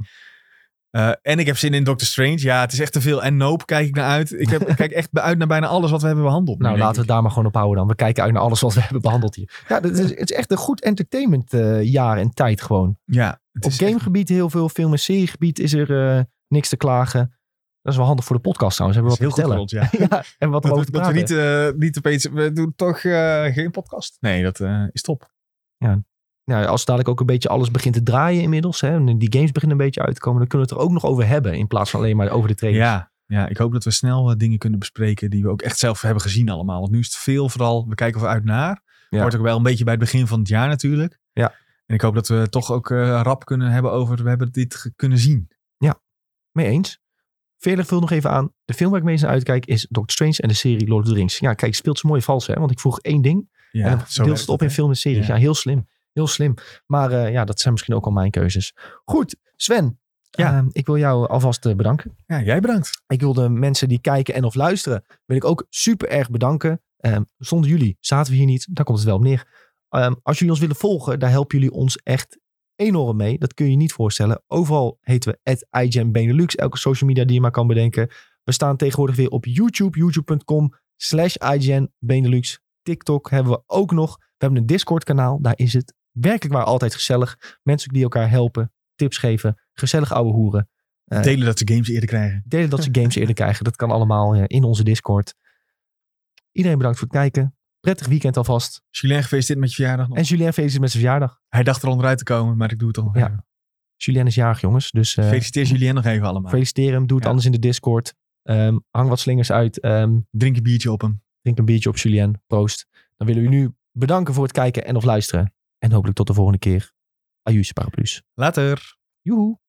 S2: Eh, en ik heb zin in Doctor Strange. Ja, het is echt te veel. En Nope kijk ik naar uit. Ik, heb, ik kijk echt uit naar bijna alles wat we hebben behandeld.
S1: Nou,
S2: nu,
S1: laten we
S2: denk
S1: het daar maar gewoon op houden dan. We kijken uit naar alles wat we hebben behandeld hier. Ja, dat is, het is echt een goed entertainment eh, jaar en tijd gewoon.
S2: ik. Ja, het
S1: Op
S2: is echt-
S1: gamegebied heel veel, film- en seriegebied is er eh, niks te klagen. Dat is wel handig voor de podcast trouwens.
S2: het is
S1: Hebben we
S2: heel
S1: wat
S2: goed
S1: te
S2: gerold, ja.
S1: vertellen. ja, en wat
S2: Dat,
S1: over
S2: we-
S1: te
S2: dat we
S1: praten.
S2: niet, eh niet opeens... We doen toch eh, geen podcast? Nee, dat eh, is top.
S1: Nou, als dadelijk ook een beetje alles begint te draaien inmiddels. Hè, en die games beginnen een beetje uit te komen. Dan kunnen we het er ook nog over hebben. In plaats van alleen maar over de trailers.
S2: Ja, ja, ik hoop dat we snel eh, dingen kunnen bespreken die we ook echt zelf hebben gezien allemaal. Want nu is het veel vooral, we kijken eruit naar.
S1: Ja.
S2: Wordt ook wel een beetje bij het begin van het jaar natuurlijk.
S1: Ja.
S2: En ik hoop dat we toch ook eh, rap kunnen hebben over, we hebben dit ge- kunnen zien.
S1: Mee eens. Veerlijk vult nog even aan. De film waar ik meest naar uitkijk is Doctor Strange en de serie Lord of the Rings. Ja, kijk, speelt ze mooi vals, hè? Want ik vroeg één ding
S2: Ja,
S1: en dan deelt
S2: werkt
S1: ze het op in
S2: hè?
S1: film en series. Ja.
S2: Ja.
S1: heel slim. Heel slim. Maar eh, ja, dat zijn misschien ook al mijn keuzes. Goed, Sven.
S2: Ja.
S1: ehm, ik wil jou alvast eh, bedanken.
S2: Ja, jij bedankt.
S1: Ik wil de mensen die kijken en of luisteren, wil ik ook super erg bedanken. Ehm, zonder jullie zaten we hier niet. Daar komt het wel op neer. Ehm, als jullie ons willen volgen, daar helpen jullie ons echt enorm mee. Dat kun je je niet voorstellen. Overal heten we @iGemBenelux. Benelux. Elke social media die je maar kan bedenken. We staan tegenwoordig weer op YouTube. YouTube.com slash iGen Benelux. TikTok hebben we ook nog. We hebben een Discord kanaal. Daar is het werkelijk maar altijd gezellig. Mensen die elkaar helpen, tips geven, gezellig ouwe hoeren. Eh,
S2: Delen dat ze games eerder krijgen.
S1: Delen dat ze games eerder krijgen. Dat kan allemaal eh, in onze Discord. Iedereen bedankt voor het kijken. Prettig weekend alvast.
S2: Julien, gefeliciteerd met je verjaardag nog.
S1: En Julien feest met zijn verjaardag.
S2: Hij dacht er onderuit te komen, maar ik doe het al.
S1: Ja. Julien is jarig, jongens. Dus eh,
S2: Feliciteer Julien nog even allemaal.
S1: feliciteer hem. Doe het
S2: Ja.
S1: anders in de Discord. Ehm, hang wat slingers uit. Ehm,
S2: Drink een biertje op hem.
S1: drink een biertje op Julien. Proost. Dan willen we u nu bedanken voor het kijken en of luisteren. En hopelijk tot de volgende keer. Ajuus, paraplu's.
S2: Later.
S1: Joehoe.